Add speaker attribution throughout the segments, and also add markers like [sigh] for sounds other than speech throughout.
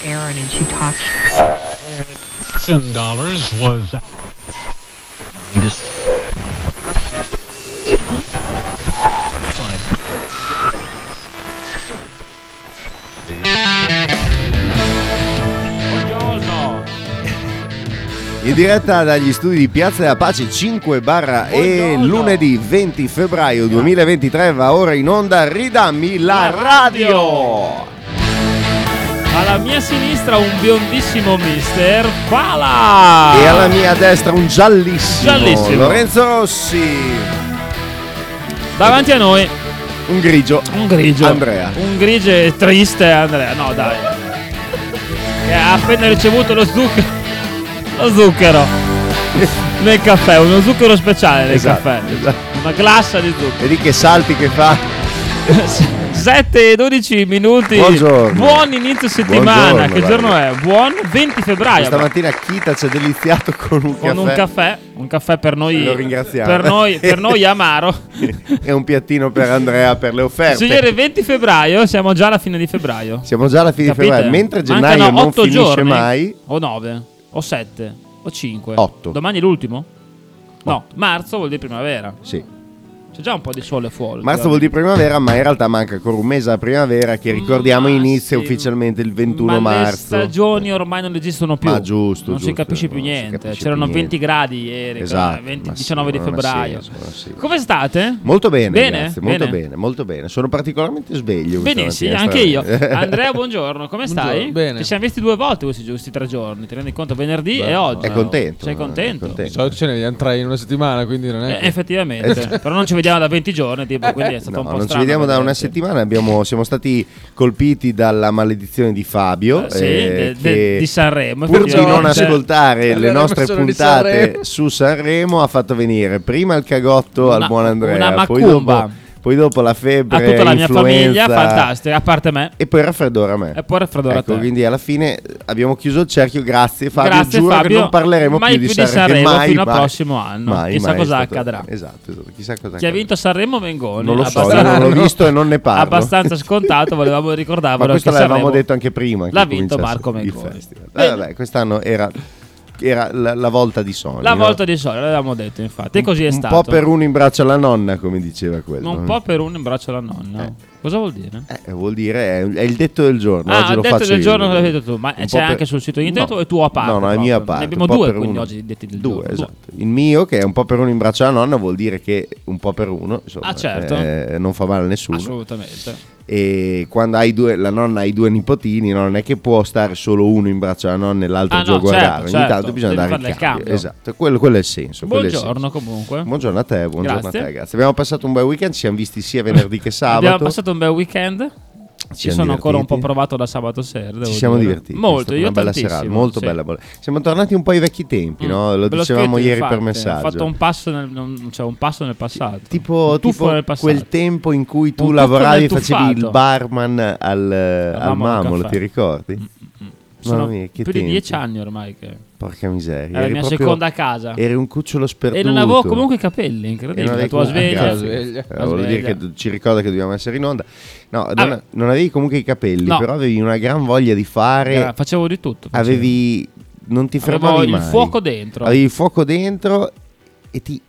Speaker 1: Karen and she talks.
Speaker 2: Thousand dollars was just fine. Buongiorno.
Speaker 3: In diretta dagli studi di Piazza della Pace 5 barra
Speaker 2: Oh,
Speaker 3: e
Speaker 2: Buongiorno.
Speaker 3: lunedì 20 febbraio 2023 va ora in onda Ridammi la radio!
Speaker 2: Alla mia sinistra un biondissimo mister Pala.
Speaker 3: E alla mia destra un giallissimo,
Speaker 2: Giallissimo.
Speaker 3: Lorenzo Rossi,
Speaker 2: Davanti a noi
Speaker 3: un grigio.
Speaker 2: un grigio.
Speaker 3: Andrea.
Speaker 2: Un grigio e triste Andrea. No, dai. Che ha appena ricevuto lo zucchero. Lo
Speaker 3: [laughs]
Speaker 2: zucchero. Nel caffè, uno zucchero speciale nel
Speaker 3: Esatto,
Speaker 2: caffè.
Speaker 3: esatto.
Speaker 2: Una glassa di zucchero.
Speaker 3: Vedi che salti che fa. [laughs]
Speaker 2: 7 e 12 minuti.
Speaker 3: Buongiorno.
Speaker 2: Buon inizio settimana.
Speaker 3: Buongiorno,
Speaker 2: che
Speaker 3: dai.
Speaker 2: giorno è? Buon 20 febbraio.
Speaker 3: Stamattina Kita ci ha deliziato con un
Speaker 2: Con
Speaker 3: caffè.
Speaker 2: un caffè, un caffè per noi,
Speaker 3: Lo ringraziamo.
Speaker 2: per noi,
Speaker 3: [laughs]
Speaker 2: per noi amaro.
Speaker 3: e un piattino per Andrea per le offerte.
Speaker 2: Signore, 20 febbraio, siamo già alla fine di febbraio.
Speaker 3: Siamo già alla fine
Speaker 2: Capite?
Speaker 3: di febbraio, mentre gennaio
Speaker 2: Mancano
Speaker 3: non
Speaker 2: otto
Speaker 3: finisce
Speaker 2: giorni,
Speaker 3: mai.
Speaker 2: O 9, o 7, o 5.
Speaker 3: Otto.
Speaker 2: Domani è l'ultimo? No, marzo vuol dire primavera.
Speaker 3: Sì.
Speaker 2: C'è già un po' di sole fuori.
Speaker 3: Marzo vuol dire primavera, ma in realtà manca ancora un mese alla primavera che ricordiamo
Speaker 2: Ma
Speaker 3: inizia
Speaker 2: Mm, Ah, sì,
Speaker 3: ufficialmente il 21
Speaker 2: ma Le
Speaker 3: marzo.
Speaker 2: stagioni ormai non esistono più.
Speaker 3: Ma giusto,
Speaker 2: Non si
Speaker 3: giusto,
Speaker 2: capisce più
Speaker 3: non si
Speaker 2: niente.
Speaker 3: capisce
Speaker 2: C'erano
Speaker 3: più niente.
Speaker 2: 20 gradi ieri,
Speaker 3: Esatto,
Speaker 2: 20,
Speaker 3: ma sì,
Speaker 2: 19 di
Speaker 3: ma non ha
Speaker 2: febbraio.
Speaker 3: senso, non ha senso.
Speaker 2: Come state?
Speaker 3: Molto bene,
Speaker 2: Bene?
Speaker 3: grazie, molto
Speaker 2: Bene.
Speaker 3: bene. molto bene. Sono particolarmente sveglio. questa
Speaker 2: Benissimo, anche
Speaker 3: mattina,
Speaker 2: io.
Speaker 3: [laughs] stranamente.
Speaker 2: Andrea, buongiorno, come stai?
Speaker 4: Buongiorno, bene.
Speaker 2: Ci siamo visti due volte questi giusti tre giorni, ti rendi conto? Venerdì e oggi.
Speaker 3: È contento,
Speaker 2: Sei
Speaker 3: eh,
Speaker 2: contento?
Speaker 3: è contento.
Speaker 4: Di solito ce ne vediamo tre in una settimana, quindi non è.
Speaker 2: Eh,
Speaker 4: che-
Speaker 2: effettivamente, però non ci vediamo da 20 giorni, tipo, quindi è stato
Speaker 3: Eh, No,
Speaker 2: un po'
Speaker 3: non ci
Speaker 2: strano
Speaker 3: vediamo da una
Speaker 2: vederci.
Speaker 3: settimana. abbiamo- siamo stati colpiti dalla maledizione di Fabio
Speaker 2: Eh, sì,
Speaker 3: eh,
Speaker 2: de- de-
Speaker 3: che
Speaker 2: di Sanremo,
Speaker 3: Pur di non
Speaker 2: effettivamente.
Speaker 3: ascoltare
Speaker 4: Allora,
Speaker 3: le nostre
Speaker 4: persone di
Speaker 3: puntate
Speaker 4: Sanremo.
Speaker 3: su Sanremo, ha fatto venire prima il cagotto
Speaker 2: Una-
Speaker 3: al buon Andrea,
Speaker 2: una
Speaker 3: poi
Speaker 2: macumba.
Speaker 3: dopo, poi dopo la
Speaker 2: A
Speaker 3: febbre,
Speaker 2: tutta la mia
Speaker 3: influenza,
Speaker 2: famiglia, fantastica, a parte me.
Speaker 3: E poi il raffreddore a me.
Speaker 2: E poi il raffreddore a
Speaker 3: Ecco,
Speaker 2: te.
Speaker 3: quindi alla fine abbiamo chiuso il cerchio. Grazie Fabio.
Speaker 2: Grazie,
Speaker 3: Giuro
Speaker 2: Fabio.
Speaker 3: che non parleremo
Speaker 2: Mai
Speaker 3: più
Speaker 2: più
Speaker 3: di
Speaker 2: di
Speaker 3: Sanremo,
Speaker 2: Sanremo
Speaker 3: mai,
Speaker 2: fino al
Speaker 3: mai.
Speaker 2: prossimo anno.
Speaker 3: Mai,
Speaker 2: Chissà
Speaker 3: mai, è
Speaker 2: cosa
Speaker 3: stato-
Speaker 2: accadrà.
Speaker 3: Esatto, esatto, chissà cosa
Speaker 2: Chi ha
Speaker 3: accadrà.
Speaker 2: vinto Sanremo Mengoni.
Speaker 3: Non lo so, io
Speaker 2: abbastanza-
Speaker 3: non
Speaker 2: [laughs]
Speaker 3: l'ho visto e non ne parlo.
Speaker 2: abbastanza scontato, volevamo ricordarvelo.
Speaker 3: [laughs] Ma questo
Speaker 2: che
Speaker 3: l'avevamo
Speaker 2: Sanremo
Speaker 3: detto anche prima. che
Speaker 2: L'ha vinto
Speaker 3: cominciasse
Speaker 2: Marco
Speaker 3: il
Speaker 2: Mengoni.
Speaker 3: festival. Eh,
Speaker 2: Bene.
Speaker 3: vabbè, quest'anno era, era la, la volta di Sony.
Speaker 2: La
Speaker 3: no?
Speaker 2: volta di solito, l'avevamo detto, infatti. E così è
Speaker 3: un
Speaker 2: stato.
Speaker 3: po' per uno in braccio alla nonna, come diceva quello.
Speaker 2: Un po' per un in braccio alla nonna. Cosa vuol dire?
Speaker 3: Eh, vuol dire, è, è il detto del giorno.
Speaker 2: Ah,
Speaker 3: oggi
Speaker 2: il
Speaker 3: lo
Speaker 2: detto
Speaker 3: faccio
Speaker 2: del
Speaker 3: io.
Speaker 2: giorno l'hai detto tu, ma
Speaker 3: Un
Speaker 2: c'è
Speaker 3: po'
Speaker 2: anche sul sito internet o è tu a parte
Speaker 3: No, no, è
Speaker 2: proprio?
Speaker 3: mia
Speaker 2: Ne
Speaker 3: parte.
Speaker 2: abbiamo
Speaker 3: un po'
Speaker 2: due,
Speaker 3: per
Speaker 2: quindi,
Speaker 3: uno.
Speaker 2: oggi, di detti del
Speaker 3: Due,
Speaker 2: giorno.
Speaker 3: esatto. Il mio, che è un po' per uno in braccio alla nonna, vuol dire che un po' per uno. Insomma,
Speaker 2: Ah, certo.
Speaker 3: eh, non fa male a nessuno.
Speaker 2: Assolutamente.
Speaker 3: E quando hai due, la nonna ha i due nipotini, no? non è che può stare solo uno in braccio alla nonna e l'altro
Speaker 2: Ah,
Speaker 3: giù a
Speaker 2: no,
Speaker 3: guardare.
Speaker 2: certo,
Speaker 3: Ogni
Speaker 2: certo.
Speaker 3: tanto bisogna
Speaker 2: Devi
Speaker 3: dare il
Speaker 2: farle il
Speaker 3: cambio.
Speaker 2: cambio.
Speaker 3: Esatto, quello, quello è il senso. quello è il
Speaker 2: Buongiorno
Speaker 3: senso.
Speaker 2: comunque.
Speaker 3: Buongiorno a te, buongiorno
Speaker 2: Grazie.
Speaker 3: a te, grazie. Abbiamo passato un bel weekend, ci siamo visti sia venerdì che sabato.
Speaker 2: Abbiamo passato un bel weekend. Ci
Speaker 3: siamo
Speaker 2: sono ancora un po'
Speaker 3: divertiti.
Speaker 2: provato da sabato sera. devo
Speaker 3: Ci siamo
Speaker 2: dire.
Speaker 3: divertiti. è
Speaker 2: Molto,
Speaker 3: stata
Speaker 2: io
Speaker 3: una bella
Speaker 2: tantissimo,
Speaker 3: serata, molto
Speaker 2: sì. Mm.
Speaker 3: bella. bella. Siamo tornati un po' ai vecchi tempi, no? Lo
Speaker 2: Ve l'ho
Speaker 3: dicevamo
Speaker 2: scritto,
Speaker 3: ieri
Speaker 2: infatti.
Speaker 3: per messaggio.
Speaker 2: Ho fatto un passo nel, non- cioè, un passo nel passato.
Speaker 3: Tipo,
Speaker 2: Un tuffo
Speaker 3: tipo
Speaker 2: nel passato.
Speaker 3: quel tempo in cui tu
Speaker 2: Un tuffo
Speaker 3: lavoravi
Speaker 2: nel
Speaker 3: e facevi
Speaker 2: tuffato.
Speaker 3: il barman al, al
Speaker 2: Al Mamolo
Speaker 3: Mamolo,
Speaker 2: Caffè. Mm,
Speaker 3: ti ricordi?
Speaker 2: Sono
Speaker 3: Mamma mia, che
Speaker 2: più di
Speaker 3: tempi.
Speaker 2: dieci anni ormai che
Speaker 3: Porca miseria.
Speaker 2: Era la
Speaker 3: eri
Speaker 2: mia
Speaker 3: proprio-
Speaker 2: seconda casa.
Speaker 3: Eri un cucciolo sperduto.
Speaker 2: E non avevo comunque i capelli,
Speaker 3: E non
Speaker 2: incredibile. La
Speaker 3: avevi
Speaker 2: tua
Speaker 3: comunque-
Speaker 2: sveglia.
Speaker 3: Grazie.
Speaker 4: sveglia.
Speaker 3: Eh,
Speaker 2: La
Speaker 3: volevo dire
Speaker 2: sveglia.
Speaker 3: che d- ci ricorda che dobbiamo essere in onda. No, non,
Speaker 2: Ah.
Speaker 3: non avevi comunque i capelli,
Speaker 2: No.
Speaker 3: però avevi una gran voglia di fare.
Speaker 2: Gra- facevo di tutto. facevo.
Speaker 3: avevi non ti
Speaker 2: Avevo
Speaker 3: fermavi
Speaker 2: il
Speaker 3: mai.
Speaker 2: fuoco dentro.
Speaker 3: avevi il fuoco dentro e ti,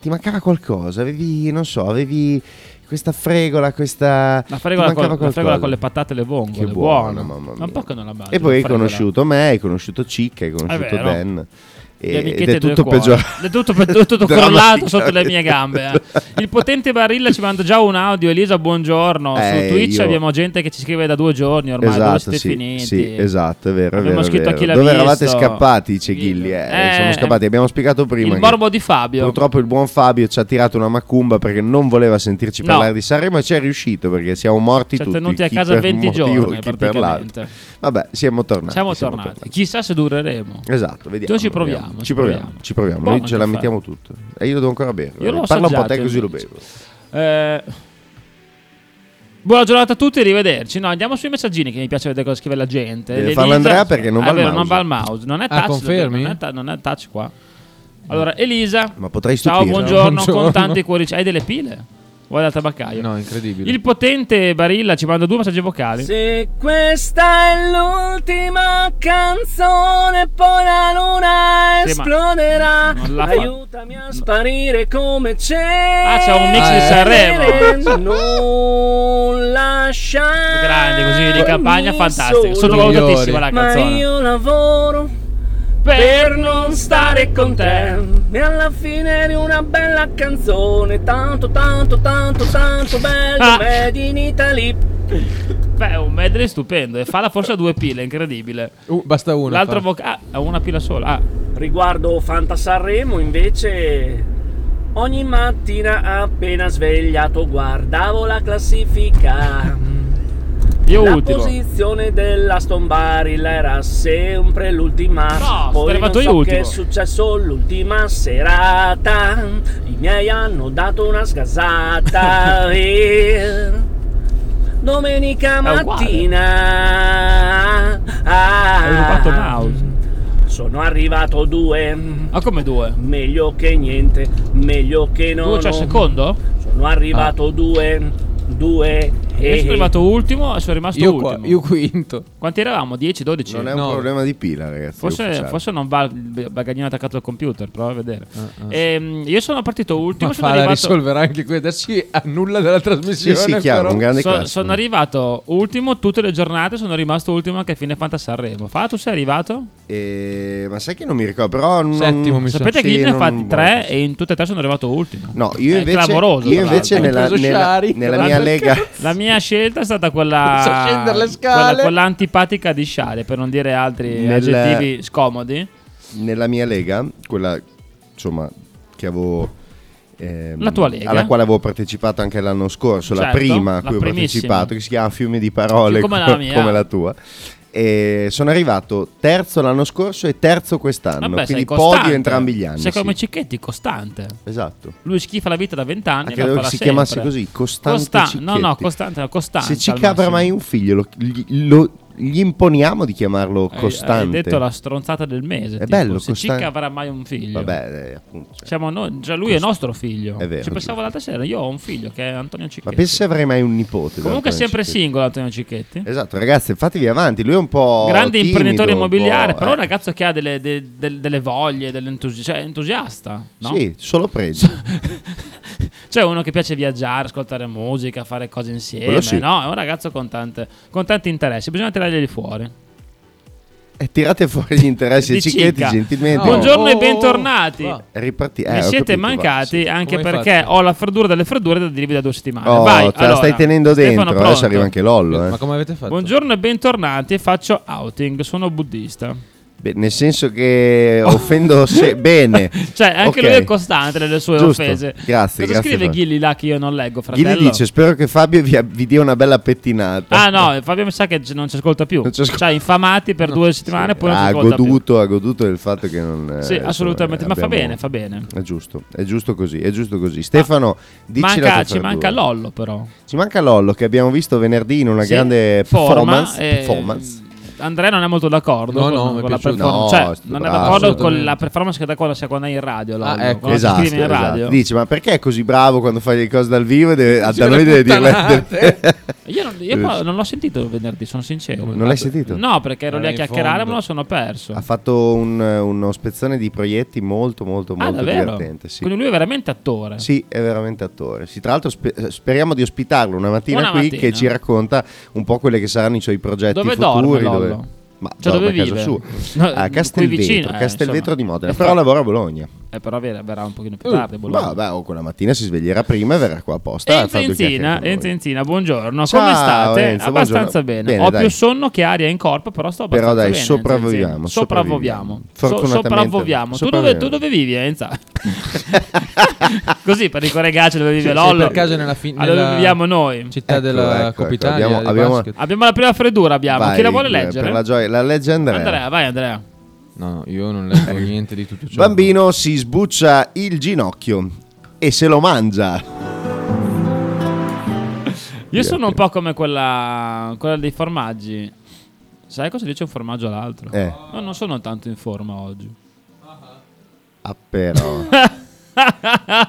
Speaker 3: ti mancava qualcosa avevi non so avevi questa fregola questa
Speaker 2: La
Speaker 3: ti
Speaker 2: fregola,
Speaker 3: mancava
Speaker 2: con, la fregola
Speaker 3: qualcosa.
Speaker 2: con le patate e le vongole.
Speaker 3: che
Speaker 2: buono.
Speaker 3: buono mamma
Speaker 2: Ma
Speaker 3: mia
Speaker 2: un po' che non la mangio.
Speaker 3: e poi hai
Speaker 2: fregola.
Speaker 3: conosciuto me hai conosciuto Cicca hai conosciuto
Speaker 2: vero.
Speaker 3: Dan
Speaker 2: Le
Speaker 3: e, Eh, ed
Speaker 2: amichette
Speaker 3: è
Speaker 2: del
Speaker 3: tutto
Speaker 2: cuore. [laughs]
Speaker 3: peggiorato
Speaker 2: È tutto,
Speaker 3: [laughs]
Speaker 2: pe- tutto, tutto crollato sotto le mie gambe. eh. Il potente Barilla ci manda già un audio. Elisa, buongiorno.
Speaker 3: Eh,
Speaker 2: Su Twitch
Speaker 3: io-
Speaker 2: abbiamo gente che ci scrive da due giorni ormai. dove
Speaker 3: Esatto,
Speaker 2: siete
Speaker 3: sì,
Speaker 2: finiti?
Speaker 3: sì, esatto, è vero. è
Speaker 2: Abbiamo
Speaker 3: vero, è
Speaker 2: scritto a
Speaker 3: vero.
Speaker 2: chi l'ha
Speaker 3: Dove
Speaker 2: visto.
Speaker 3: eravate scappati, dice Ghilli? Eh,
Speaker 2: Eh,
Speaker 3: siamo scappati, abbiamo spiegato prima.
Speaker 2: Il
Speaker 3: che-
Speaker 2: morbo di Fabio.
Speaker 3: Purtroppo il buon Fabio ci ha tirato una macumba perché non voleva sentirci
Speaker 2: No.
Speaker 3: parlare di Sanremo e ci è riuscito perché siamo morti
Speaker 2: Ci ha
Speaker 3: tutti.
Speaker 2: tenuti a
Speaker 3: chi
Speaker 2: casa
Speaker 3: per
Speaker 2: 20
Speaker 3: motivo,
Speaker 2: giorni,
Speaker 3: chi per l'altro.
Speaker 2: praticamente.
Speaker 3: Vabbè, siamo tornati.
Speaker 2: Siamo tornati. Chissà se dureremo.
Speaker 3: Esatto, vediamo.
Speaker 2: Noi ci
Speaker 3: vediamo.
Speaker 2: proviamo, ci
Speaker 3: Ci proviamo,
Speaker 2: proviamo.
Speaker 3: ci proviamo.
Speaker 2: Buono
Speaker 3: Noi ce
Speaker 2: che
Speaker 3: la
Speaker 2: fai.
Speaker 3: mettiamo tutto. E io lo devo ancora bere.
Speaker 2: Io l'ho
Speaker 3: Parla un po'
Speaker 2: assaggiato,
Speaker 3: te così lo
Speaker 2: invece.
Speaker 3: bevo.
Speaker 2: Eh, Buona giornata a tutti e arrivederci. No, andiamo sui messaggini che mi piace vedere cosa scrive la gente.
Speaker 3: Deve
Speaker 2: Elisa-
Speaker 3: farlo Andrea perché non
Speaker 2: Ah,
Speaker 3: va il
Speaker 2: vero,
Speaker 3: mouse.
Speaker 2: non va il mouse. Non è
Speaker 4: Ah,
Speaker 2: touch,
Speaker 4: confermi?
Speaker 2: Non è, ta- non è touch qua. Allora, Elisa.
Speaker 3: Ma potrei
Speaker 2: Ciao,
Speaker 3: stupirmi.
Speaker 2: buongiorno,
Speaker 4: Buongiorno.
Speaker 2: con tanti cuoricini. Hai delle pile? Vuoi dal tabaccaio?
Speaker 4: No, incredibile.
Speaker 2: Il potente Barilla ci manda due messaggi vocali.
Speaker 1: Se questa è l'ultima canzone, poi la luna
Speaker 2: Sì, ma-
Speaker 1: esploderà.
Speaker 2: Non la fa-
Speaker 1: Aiutami a sparire come c'è. Eh.
Speaker 2: Ah, c'è un mix di Sanremo.
Speaker 1: Non lasciare.
Speaker 2: Grande, così di campagna, fantastico. Sottovalutatissima
Speaker 4: Migliori.
Speaker 2: la
Speaker 1: Ma
Speaker 2: canzone.
Speaker 1: io lavoro per non stare con te. E alla fine di una bella canzone, tanto, tanto, tanto, tanto bello,
Speaker 2: Ah.
Speaker 1: Made in Italy.
Speaker 2: Beh, è un medley stupendo. E fa la forse a due pile, incredibile.
Speaker 4: Uh, basta una.
Speaker 2: L'altro
Speaker 4: fa.
Speaker 2: vocale. Ah, ha una pila sola. Ah.
Speaker 1: Riguardo Fanta Sanremo, invece, ogni mattina appena svegliato guardavo la classifica.
Speaker 2: Io
Speaker 1: La
Speaker 2: ultimo.
Speaker 1: posizione della Stombarilla era sempre l'ultima.
Speaker 2: No,
Speaker 1: Poi non
Speaker 2: Spogliatoio
Speaker 1: so
Speaker 2: ultimo.
Speaker 1: che è successo l'ultima serata. I miei hanno dato una
Speaker 2: [laughs]
Speaker 1: sgasata. e Domenica
Speaker 2: uguale.
Speaker 1: mattina ah,
Speaker 2: Avevo fatto mouse.
Speaker 1: sono arrivato due.
Speaker 2: Ma come due?
Speaker 1: Meglio che niente, meglio che no.
Speaker 2: Due, cioè
Speaker 1: no.
Speaker 2: secondo? Ah.
Speaker 1: Sono arrivato due, due.
Speaker 2: Io
Speaker 1: eh,
Speaker 2: sono arrivato ultimo e sono rimasto
Speaker 4: Io, qua-
Speaker 2: ultimo.
Speaker 4: io quinto.
Speaker 2: Quanti eravamo? 10, 12?
Speaker 3: Non è un
Speaker 4: No.
Speaker 3: problema di pila, ragazzi.
Speaker 2: Forse,
Speaker 3: ufficiale.
Speaker 2: forse non va il b- bagaglino attaccato al computer, prova a vedere. Ehm, io sono partito ultimo,
Speaker 4: Ah, Ma
Speaker 2: sono
Speaker 4: fa la
Speaker 2: arrivato...
Speaker 4: risolverà anche qui. Adesso si annulla della
Speaker 3: Sì,
Speaker 4: trasmissione.
Speaker 3: sì, chiaro,
Speaker 4: però.
Speaker 3: un grande
Speaker 2: so-
Speaker 3: classico.
Speaker 2: sono arrivato ultimo tutte le giornate, sono rimasto ultimo anche a fine Fanta Sanremo. Fa, tu sei arrivato?
Speaker 3: Eh, ma sai che non mi ricordo, però non-
Speaker 4: Settimo, mi sa.
Speaker 2: Sapete
Speaker 3: sì,
Speaker 2: che io ne ho
Speaker 3: non-
Speaker 2: fatti tre e in tutte e tre sono arrivato ultimo.
Speaker 3: No, io
Speaker 2: È
Speaker 3: invece,
Speaker 2: clamoroso,
Speaker 3: io
Speaker 2: tra
Speaker 3: invece
Speaker 2: l'altro.
Speaker 3: nella,
Speaker 4: Hai preso
Speaker 3: nella-
Speaker 4: Sciari?
Speaker 3: nella
Speaker 4: Tra
Speaker 3: mia
Speaker 4: l'altro-
Speaker 3: lega
Speaker 2: La mia scelta è stata quella.
Speaker 4: Non [laughs] so scendere le scale.
Speaker 2: Quella, quella antipatica di Sciale, per non dire altri
Speaker 3: Nel-
Speaker 2: aggettivi scomodi.
Speaker 3: nella mia lega, quella insomma che avevo ehm,
Speaker 2: La tua lega.
Speaker 3: alla quale avevo partecipato anche l'anno scorso, la
Speaker 2: Certo,
Speaker 3: prima
Speaker 2: la
Speaker 3: a cui ho
Speaker 2: primissima.
Speaker 3: partecipato, che si chiama Fiumi di parole
Speaker 2: Sì, come la mia.
Speaker 3: come la tua. E sono arrivato terzo l'anno scorso e terzo quest'anno,
Speaker 2: Vabbè, sei
Speaker 3: quindi
Speaker 2: costante.
Speaker 3: podio entrambi gli anni.
Speaker 2: Sei come
Speaker 3: sì.
Speaker 2: Cicchetti, costante.
Speaker 3: Esatto.
Speaker 2: Lui schifa la vita da vent'anni.
Speaker 3: Ah,
Speaker 2: e
Speaker 3: credo
Speaker 2: la
Speaker 3: che
Speaker 2: farà
Speaker 3: si
Speaker 2: sempre.
Speaker 3: chiamasse così, Costante
Speaker 2: Costa- No,
Speaker 3: Cicchetti.
Speaker 2: no, costante, no, costante.
Speaker 3: Se ci
Speaker 2: al
Speaker 3: capra
Speaker 2: massimo.
Speaker 3: mai un figlio, lo- gli, lo- gli imponiamo di chiamarlo
Speaker 2: Hai-
Speaker 3: Costante.
Speaker 2: Hai detto la stronzata del mese.
Speaker 3: È
Speaker 2: tipo,
Speaker 3: bello,
Speaker 2: Se
Speaker 3: Costan-
Speaker 2: Cicca avrà mai un figlio.
Speaker 3: Vabbè, eh, appunto. cioè.
Speaker 2: Siamo noi, già lui è nostro figlio.
Speaker 3: È vero,
Speaker 2: Ci pensavo
Speaker 3: giusto.
Speaker 2: l'altra sera. Io ho un figlio che è Antonio Cicchetti.
Speaker 3: Ma pensi se avrei mai un nipote? da
Speaker 2: Comunque è
Speaker 3: Antonio
Speaker 2: sempre
Speaker 3: Cicchetti?
Speaker 2: singolo Antonio Cicchetti.
Speaker 3: Esatto, ragazzi, fatevi avanti. Lui è un po'.
Speaker 2: Grande
Speaker 3: timido,
Speaker 2: imprenditore
Speaker 3: un po',
Speaker 2: immobiliare, però
Speaker 3: eh.
Speaker 2: un ragazzo che ha delle, de- de- delle voglie, dell'entusi- cioè, entusiasta. No?
Speaker 3: Sì,
Speaker 2: [laughs]
Speaker 3: solo preso.
Speaker 2: Cioè uno che piace viaggiare, ascoltare musica, fare cose insieme.
Speaker 3: Quello sì.
Speaker 2: No, è un ragazzo con, tante- con tanti interessi. Bisogna tirarglieli fuori.
Speaker 3: e Eh, tirate fuori gli interessi
Speaker 2: Di
Speaker 3: dei cicchetti,
Speaker 2: Cicca.
Speaker 3: gentilmente.
Speaker 2: Buongiorno
Speaker 4: Oh,
Speaker 2: e
Speaker 4: oh, oh,
Speaker 2: bentornati.
Speaker 4: va.
Speaker 3: Riparti- eh,
Speaker 2: Mi
Speaker 3: ho
Speaker 2: siete
Speaker 3: capito, va,
Speaker 2: mancati
Speaker 3: sì.
Speaker 2: anche
Speaker 4: Come hai
Speaker 2: perché
Speaker 4: fatto?
Speaker 2: ho la freddura delle freddure da dirvi da due settimane.
Speaker 3: Oh,
Speaker 2: Vai,
Speaker 3: te la stai
Speaker 2: allora.
Speaker 3: tenendo
Speaker 2: Stefano,
Speaker 3: dentro. Adesso
Speaker 2: pronto?
Speaker 3: arriva anche Lollo. eh.
Speaker 4: Ma come avete fatto?
Speaker 2: Buongiorno e bentornati. Faccio outing, sono buddista.
Speaker 3: Beh, nel senso che offendo se- bene.
Speaker 2: [laughs] Cioè, anche
Speaker 3: Eh, Ok.
Speaker 2: lui è costante nelle sue
Speaker 3: Giusto.
Speaker 2: offese.
Speaker 3: Grazie,
Speaker 2: Cosa
Speaker 3: grazie,
Speaker 2: scrive
Speaker 3: Fabio.
Speaker 2: Ghilli là che io non leggo,
Speaker 3: Gli
Speaker 2: fratello?
Speaker 3: dice: Spero che Fabio vi, vi dia una bella pettinata.
Speaker 2: Ah
Speaker 3: [laughs]
Speaker 2: no, Fabio mi sa che non ci ascolta più.
Speaker 3: Non ci ascolta-
Speaker 2: Cioè, infamati per due settimane e poi non ci
Speaker 3: ha
Speaker 2: ascolta più.
Speaker 3: goduto, ha goduto del fatto che non. eh,
Speaker 2: Sì,
Speaker 3: insomma,
Speaker 2: assolutamente, ma fa
Speaker 3: abbiamo-
Speaker 2: bene, fa bene.
Speaker 3: È giusto, è giusto così, è giusto così. Stefano, dici la tua
Speaker 2: Manca, ci
Speaker 3: freddura.
Speaker 2: manca Lollo però.
Speaker 3: Ci manca Lollo che abbiamo visto venerdì in una
Speaker 2: Sì,
Speaker 3: grande
Speaker 2: forma,
Speaker 3: performance.
Speaker 2: eh,
Speaker 3: performance.
Speaker 2: Andrea non è molto d'accordo
Speaker 4: No,
Speaker 2: con,
Speaker 4: no, mi è
Speaker 2: con la
Speaker 4: piaciuto.
Speaker 2: performance.
Speaker 3: No,
Speaker 2: cioè,
Speaker 3: sto
Speaker 2: non è
Speaker 3: bravo,
Speaker 2: d'accordo con
Speaker 4: assolutamente.
Speaker 2: la performance che è d'accordo se quando è in radio. Lollo,
Speaker 4: Ah, ecco.
Speaker 2: quando si
Speaker 3: Esatto,
Speaker 2: scrive in
Speaker 3: esatto.
Speaker 2: radio.
Speaker 3: Dici, ma perché è così bravo quando fai le cose dal vivo? e Deve, a- da noi deve dirle.
Speaker 4: Puttanate.
Speaker 2: Io, non, io però non l'ho sentito venerdì, sono sincero.
Speaker 3: Non l'hai sentito? Ah,
Speaker 2: No, perché ero
Speaker 4: Era
Speaker 2: lì a
Speaker 4: Eh, in
Speaker 2: chiacchierare,
Speaker 4: fondo.
Speaker 2: ma lo sono perso.
Speaker 3: [laughs]
Speaker 2: Ah,
Speaker 3: Ha fatto un- uno spezzone di proietti molto, molto,
Speaker 2: ah,
Speaker 3: molto
Speaker 2: davvero?
Speaker 3: divertente. Sì.
Speaker 2: Quindi lui è veramente attore.
Speaker 3: Sì, è veramente attore. Sì, tra l'altro spe- eh, speriamo di ospitarlo una mattina
Speaker 2: Una
Speaker 3: qui
Speaker 2: mattina.
Speaker 3: che ci racconta un po' quelli che saranno i suoi progetti
Speaker 2: Dove
Speaker 3: futuri.
Speaker 2: dorme Lollo?
Speaker 3: Ma
Speaker 2: Cioè,
Speaker 3: dorme
Speaker 2: dove
Speaker 3: a casa
Speaker 2: vive?
Speaker 3: sua.
Speaker 2: No,
Speaker 3: a
Speaker 2: qui
Speaker 3: Castelvetro,
Speaker 2: vicino, eh,
Speaker 3: Castelvetro
Speaker 2: insomma.
Speaker 3: di Modena,
Speaker 2: Eh,
Speaker 3: però
Speaker 2: fra-
Speaker 3: lavora a Bologna.
Speaker 2: Eh, però ver- verrà un pochino più
Speaker 3: Uh,
Speaker 2: tardi. boh, a Bologna.
Speaker 3: Vabbè, o quella mattina si sveglierà prima e verrà qua apposta. a
Speaker 2: Enzo
Speaker 3: fare due
Speaker 2: Enzina,
Speaker 3: chiacchiere
Speaker 2: Enzo
Speaker 3: con noi.
Speaker 2: Enzina, buongiorno.
Speaker 3: Ciao,
Speaker 2: Come state?
Speaker 3: Enzo,
Speaker 2: abbastanza
Speaker 3: buongiorno.
Speaker 2: bene.
Speaker 3: Bene,
Speaker 2: Ho
Speaker 3: dai.
Speaker 2: più sonno che aria in corpo, però sto
Speaker 3: Però
Speaker 2: abbastanza
Speaker 3: dai,
Speaker 2: bene. Sopravviviamo.
Speaker 3: sopravviviamo, sopravviviamo.
Speaker 2: So-
Speaker 3: Fortunatamente-
Speaker 2: sopravviviamo. Tu, dove, tu dove vivi, eh,
Speaker 3: [laughs]
Speaker 2: Enzo? Così per i coregacci dove vive
Speaker 4: Sì,
Speaker 2: Lollo.
Speaker 4: per caso nella fi-
Speaker 2: Allora,
Speaker 4: nella-
Speaker 2: dove viviamo noi?
Speaker 4: Città
Speaker 3: Ecco, ecco,
Speaker 4: della
Speaker 3: ecco,
Speaker 4: Copitalia
Speaker 3: abbiamo-
Speaker 4: di
Speaker 3: abbiamo-
Speaker 4: basket.
Speaker 2: Abbiamo la prima freddura, abbiamo.
Speaker 3: Vai,
Speaker 2: Chi la vuole
Speaker 3: per-
Speaker 2: leggere?
Speaker 3: Per la gioia, la legge Andrea.
Speaker 2: Andrea, vai Andrea.
Speaker 4: No, no, io non
Speaker 3: [laughs]
Speaker 4: leggo niente di tutto ciò.
Speaker 3: Bambino si sbuccia il ginocchio e se lo mangia.
Speaker 2: Io sono un po' come quella, quella dei formaggi. Sai cosa dice un formaggio all'altro?
Speaker 3: Eh.
Speaker 2: No, non sono tanto in forma oggi. [laughs]
Speaker 3: Ah, però.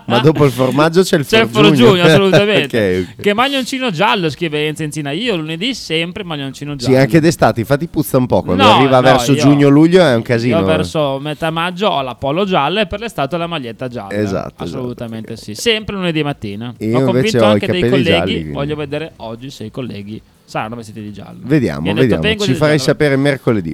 Speaker 3: Ma dopo il formaggio c'è il
Speaker 2: C'è il
Speaker 3: forgiugno.
Speaker 2: forgiugno, assolutamente.
Speaker 3: [laughs] Ok, ok.
Speaker 2: Che maglioncino giallo, scrive Enzenzina. Io lunedì sempre maglioncino giallo.
Speaker 3: Sì, anche d'estate, infatti puzza un po', quando
Speaker 2: No,
Speaker 3: arriva
Speaker 2: no,
Speaker 3: verso
Speaker 2: io-
Speaker 3: giugno-luglio è un casino. eh.
Speaker 2: Io verso metà maggio ho la polo gialla e per l'estate ho la maglietta gialla.
Speaker 3: Esatto,
Speaker 2: Assolutamente sì. Sempre lunedì mattina.
Speaker 3: Io
Speaker 2: ho
Speaker 3: invece
Speaker 2: convinto
Speaker 3: ho i
Speaker 2: anche dei
Speaker 3: capelli
Speaker 2: colleghi.
Speaker 3: gialli, quindi.
Speaker 2: Voglio vedere oggi se i colleghi saranno vestiti di giallo. Mi
Speaker 3: Vediamo,
Speaker 2: hanno detto,
Speaker 3: vediamo.
Speaker 2: "Vengo
Speaker 3: Ci
Speaker 2: di
Speaker 3: farei
Speaker 2: giallo".
Speaker 3: sapere mercoledì.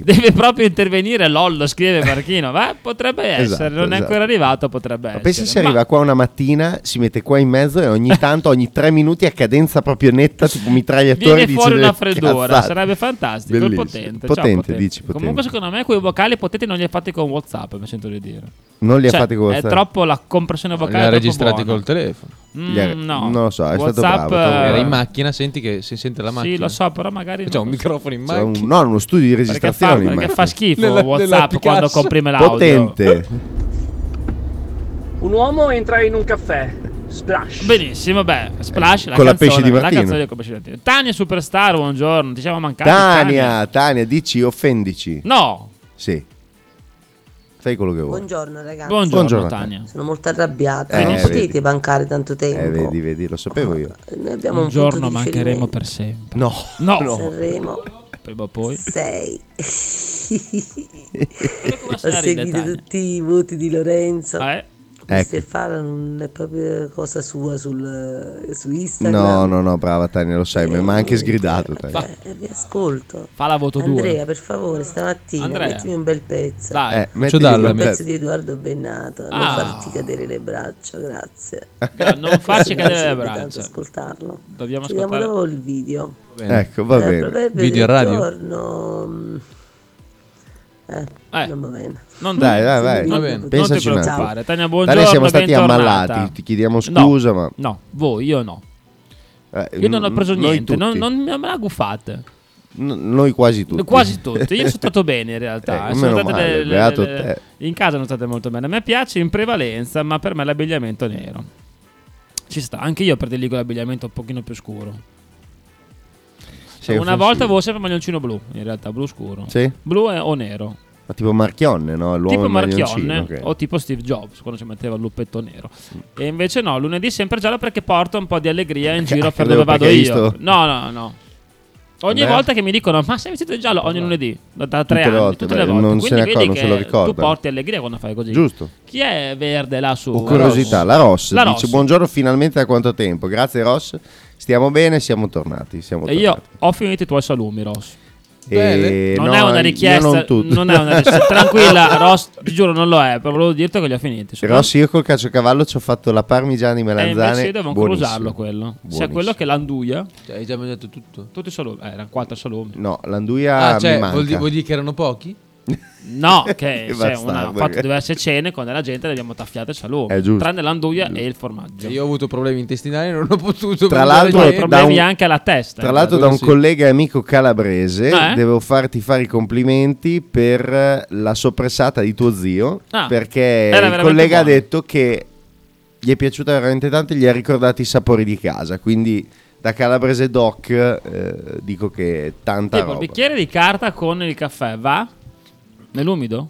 Speaker 2: [laughs] Deve proprio intervenire Lollo, scrive Marchino. Ma potrebbe essere,
Speaker 3: Esatto,
Speaker 2: non è
Speaker 3: esatto.
Speaker 2: ancora arrivato, potrebbe
Speaker 3: Ma
Speaker 2: essere.
Speaker 3: pensi se
Speaker 2: Ma- Eh.
Speaker 3: arriva qua una mattina, si mette qua in mezzo e ogni tanto, ogni tre minuti a cadenza proprio netta, tipo mitragliatore
Speaker 2: Viene
Speaker 3: dice
Speaker 2: fuori
Speaker 3: delle
Speaker 2: una freddura,
Speaker 3: cazzate.
Speaker 2: sarebbe fantastico. è
Speaker 3: Bellissimo.
Speaker 2: Potente, ciao,
Speaker 3: Potente, dici, potente.
Speaker 2: Comunque, secondo me, quei vocali potenti non li hai fatti con WhatsApp. Mi sento di dire.
Speaker 3: Non li ha
Speaker 2: Cioè,
Speaker 3: fatti con
Speaker 2: È
Speaker 3: WhatsApp.
Speaker 2: troppo la compressione vocale.
Speaker 4: Li ha
Speaker 2: è troppo
Speaker 4: registrati
Speaker 2: buona.
Speaker 4: col telefono.
Speaker 2: Mm,
Speaker 3: Gli ha-
Speaker 2: no.
Speaker 3: non lo so, è stato
Speaker 2: WhatsApp,
Speaker 3: bravo, stato
Speaker 2: eh,
Speaker 4: Era in macchina, senti che si sente la macchina.
Speaker 2: Sì, lo so, però magari.
Speaker 4: C'è
Speaker 2: non
Speaker 4: un
Speaker 2: lo so.
Speaker 4: microfono in
Speaker 3: Cioè, un-
Speaker 4: macchina.
Speaker 3: no, uno studio di
Speaker 2: Perché fa,
Speaker 3: registrazione.
Speaker 2: perché
Speaker 3: immagino.
Speaker 2: fa schifo
Speaker 4: Nella- nella
Speaker 2: WhatsApp
Speaker 4: Picasso.
Speaker 2: quando comprime l'audio.
Speaker 3: Potente.
Speaker 1: eh. Un uomo entra in un caffè. Splash.
Speaker 2: Benissimo, beh, Splash, la
Speaker 3: Con la
Speaker 2: canzone,
Speaker 3: pesce di Martino.
Speaker 2: canzone con la pesce di Martino. Tania Superstar, buongiorno, ti siamo mancati.
Speaker 3: Tania, Tania, dici
Speaker 2: Mm.
Speaker 3: offendici.
Speaker 2: No,
Speaker 3: Sì. Fai quello che vuoi.
Speaker 5: Buongiorno ragazzi.
Speaker 2: buongiorno,
Speaker 3: Buongiorno,
Speaker 2: Tania.
Speaker 5: Sono molto arrabbiata.
Speaker 3: Eh,
Speaker 5: non
Speaker 3: vedi.
Speaker 5: potete bancare tanto tempo.
Speaker 3: Eh, vedi, vedi, lo sapevo io.
Speaker 5: Noi abbiamo
Speaker 2: Un
Speaker 5: un,
Speaker 2: giorno
Speaker 5: punto di
Speaker 2: mancheremo
Speaker 5: riferimento.
Speaker 2: per sempre.
Speaker 3: No.
Speaker 2: No,
Speaker 5: Sanremo
Speaker 2: prima o poi. [laughs]
Speaker 5: [laughs] 6.
Speaker 2: Come
Speaker 5: Ho
Speaker 2: se la ride,
Speaker 5: seguito
Speaker 2: Tania?
Speaker 5: tutti i voti di Lorenzo.
Speaker 2: Eh,
Speaker 5: Mister
Speaker 3: Ecco.
Speaker 5: Fara non è proprio cosa sua sul, su Instagram.
Speaker 3: No, no, no, brava Tania, lo sai, ma anche sgridato. Tania.
Speaker 5: Eh, vi ascolto.
Speaker 2: fa la voto 2.
Speaker 5: Andrea, per favore, stamattina
Speaker 2: Andrea.
Speaker 5: mettimi un bel pezzo.
Speaker 2: Dai.
Speaker 3: Eh, metti
Speaker 4: Faccio darla,
Speaker 5: Un
Speaker 3: quel
Speaker 5: pezzo
Speaker 3: pezzo.
Speaker 5: di Edoardo Bennato. Non
Speaker 2: Ah.
Speaker 5: farti cadere le braccia, grazie.
Speaker 3: Eh.
Speaker 2: Gra- Non farci
Speaker 5: Mi
Speaker 2: cadere le
Speaker 5: piacerebbe tanto
Speaker 2: braccia.
Speaker 5: ascoltarlo.
Speaker 2: Dobbiamo
Speaker 5: Ci vediamo
Speaker 2: ascoltare-
Speaker 5: dopo il video.
Speaker 4: Bene.
Speaker 3: Ecco, va
Speaker 5: Eh,
Speaker 3: bene.
Speaker 5: proverbio
Speaker 4: Video
Speaker 5: del
Speaker 4: radio?
Speaker 5: giorno, mm, Eh,
Speaker 2: Eh.
Speaker 5: non va bene.
Speaker 2: Non
Speaker 3: Dai, dai, Ah, vai.
Speaker 4: Va bene.
Speaker 2: Non ti
Speaker 3: Pensaci un attimo.
Speaker 2: preoccupare, Tania, buongiorno.
Speaker 3: Tania, siamo stati
Speaker 2: bentornata.
Speaker 3: ammalati, ti chiediamo
Speaker 2: No,
Speaker 3: scusa, ma...
Speaker 2: No, voi, io no.
Speaker 3: eh,
Speaker 2: Io non ho preso
Speaker 3: noi
Speaker 2: niente, non,
Speaker 3: tutti.
Speaker 2: non me la guffate.
Speaker 3: No- Noi quasi tutti.
Speaker 2: Quasi tutti.
Speaker 3: [laughs]
Speaker 2: Io sono stato bene in realtà.
Speaker 3: Eh,
Speaker 2: Sono
Speaker 3: meno
Speaker 2: state
Speaker 3: male,
Speaker 2: le- le-
Speaker 3: beato
Speaker 2: le-
Speaker 3: te.
Speaker 2: in casa non state molto bene. A me piace in prevalenza, ma per me l'abbigliamento nero. Ci sta, anche io prediligo l'abbigliamento un pochino più scuro.
Speaker 3: Sei
Speaker 2: Una
Speaker 3: offensivo.
Speaker 2: volta avevo sempre maglioncino blu, in realtà blu scuro.
Speaker 3: Sì?
Speaker 2: Blu e- o nero.
Speaker 3: Ma tipo Marchionne, no? L'uomo
Speaker 2: tipo
Speaker 3: in
Speaker 2: Marchionne
Speaker 3: maglioncino, ok. Mm.
Speaker 2: o tipo Steve Jobs quando ci metteva il luppetto nero. E invece no, lunedì sempre giallo perché porto un po' di allegria in
Speaker 3: [laughs]
Speaker 2: giro per
Speaker 3: credevo
Speaker 2: dove vado io.
Speaker 3: perché hai visto- Eh
Speaker 2: No, no, no. Ogni
Speaker 3: Beh. Eh.
Speaker 2: volta che mi dicono "Ma sei vestito di giallo ogni lunedì da, da tre
Speaker 3: Tutte le
Speaker 2: anni,
Speaker 3: volte,
Speaker 2: tutte le
Speaker 3: beh,
Speaker 2: volte".
Speaker 3: non se
Speaker 2: Quindi
Speaker 3: ne
Speaker 2: vedi
Speaker 3: accorgono, se lo
Speaker 2: che Tu
Speaker 3: ricordano.
Speaker 2: porti allegria quando fai così.
Speaker 3: Giusto.
Speaker 2: Chi è verde là su?
Speaker 3: O Uh, curiosità, la Ross
Speaker 2: La
Speaker 3: dice
Speaker 2: Ross.
Speaker 3: buongiorno finalmente da quanto tempo, grazie Ross, stiamo bene, siamo tornati. Siamo
Speaker 2: E io
Speaker 3: tornati.
Speaker 2: ho finito i tuoi salumi, Ross.
Speaker 3: E
Speaker 2: Non
Speaker 3: Eh, no,
Speaker 2: è una
Speaker 3: io
Speaker 2: richiesta,
Speaker 3: non, tutti.
Speaker 2: è
Speaker 3: [laughs]
Speaker 2: una richiesta. Tranquilla, Ross, ti giuro, non lo è. Però volevo dirti che li ho finiti. Sono-
Speaker 3: Ross, io col caciocavallo ci ho fatto la parmigiana di
Speaker 2: Eh, invece
Speaker 3: melanzane.
Speaker 2: io devo ancora
Speaker 3: buonissimo.
Speaker 2: usarlo quello. Sia
Speaker 3: Buonissimo.
Speaker 2: quello che l'anduia.
Speaker 4: Cioè, hai già mangiato tutto.
Speaker 2: Tutti i salumi. Eh, erano quattro salumi.
Speaker 3: No, l'anduia
Speaker 4: Ah, cioè,
Speaker 3: mi manca.
Speaker 4: vuol, di- vuol dire che erano pochi?
Speaker 3: [laughs]
Speaker 2: No, che
Speaker 3: Che
Speaker 2: cioè,
Speaker 3: bastardo,
Speaker 2: una, ho
Speaker 3: perché-
Speaker 2: fatto diverse cene con della gente le abbiamo taffiate il salume.
Speaker 3: È giusto.
Speaker 2: Tranne l'anduia e il formaggio.
Speaker 4: Cioè, Io ho avuto problemi intestinali, non ho potuto.
Speaker 3: Tra
Speaker 2: Poi
Speaker 3: l'altro,
Speaker 4: mangiare
Speaker 3: eh,
Speaker 4: niente.
Speaker 3: da
Speaker 2: problemi
Speaker 3: un-
Speaker 2: anche alla testa.
Speaker 3: Tra l'altro, da
Speaker 4: quello
Speaker 3: un
Speaker 4: sì.
Speaker 3: collega e amico calabrese
Speaker 2: Eh?
Speaker 3: devo farti fare i complimenti per eh, la soppressata di tuo zio.
Speaker 2: Ah,
Speaker 3: perché
Speaker 2: era
Speaker 3: il
Speaker 2: veramente
Speaker 3: collega ha
Speaker 2: buona.
Speaker 3: detto che gli è piaciuta veramente tanto e gli ha ricordato i sapori di casa. Quindi, da calabrese doc, eh, dico che tanta
Speaker 2: tipo, il
Speaker 3: roba.
Speaker 2: bicchiere di carta con il caffè va nell'umido?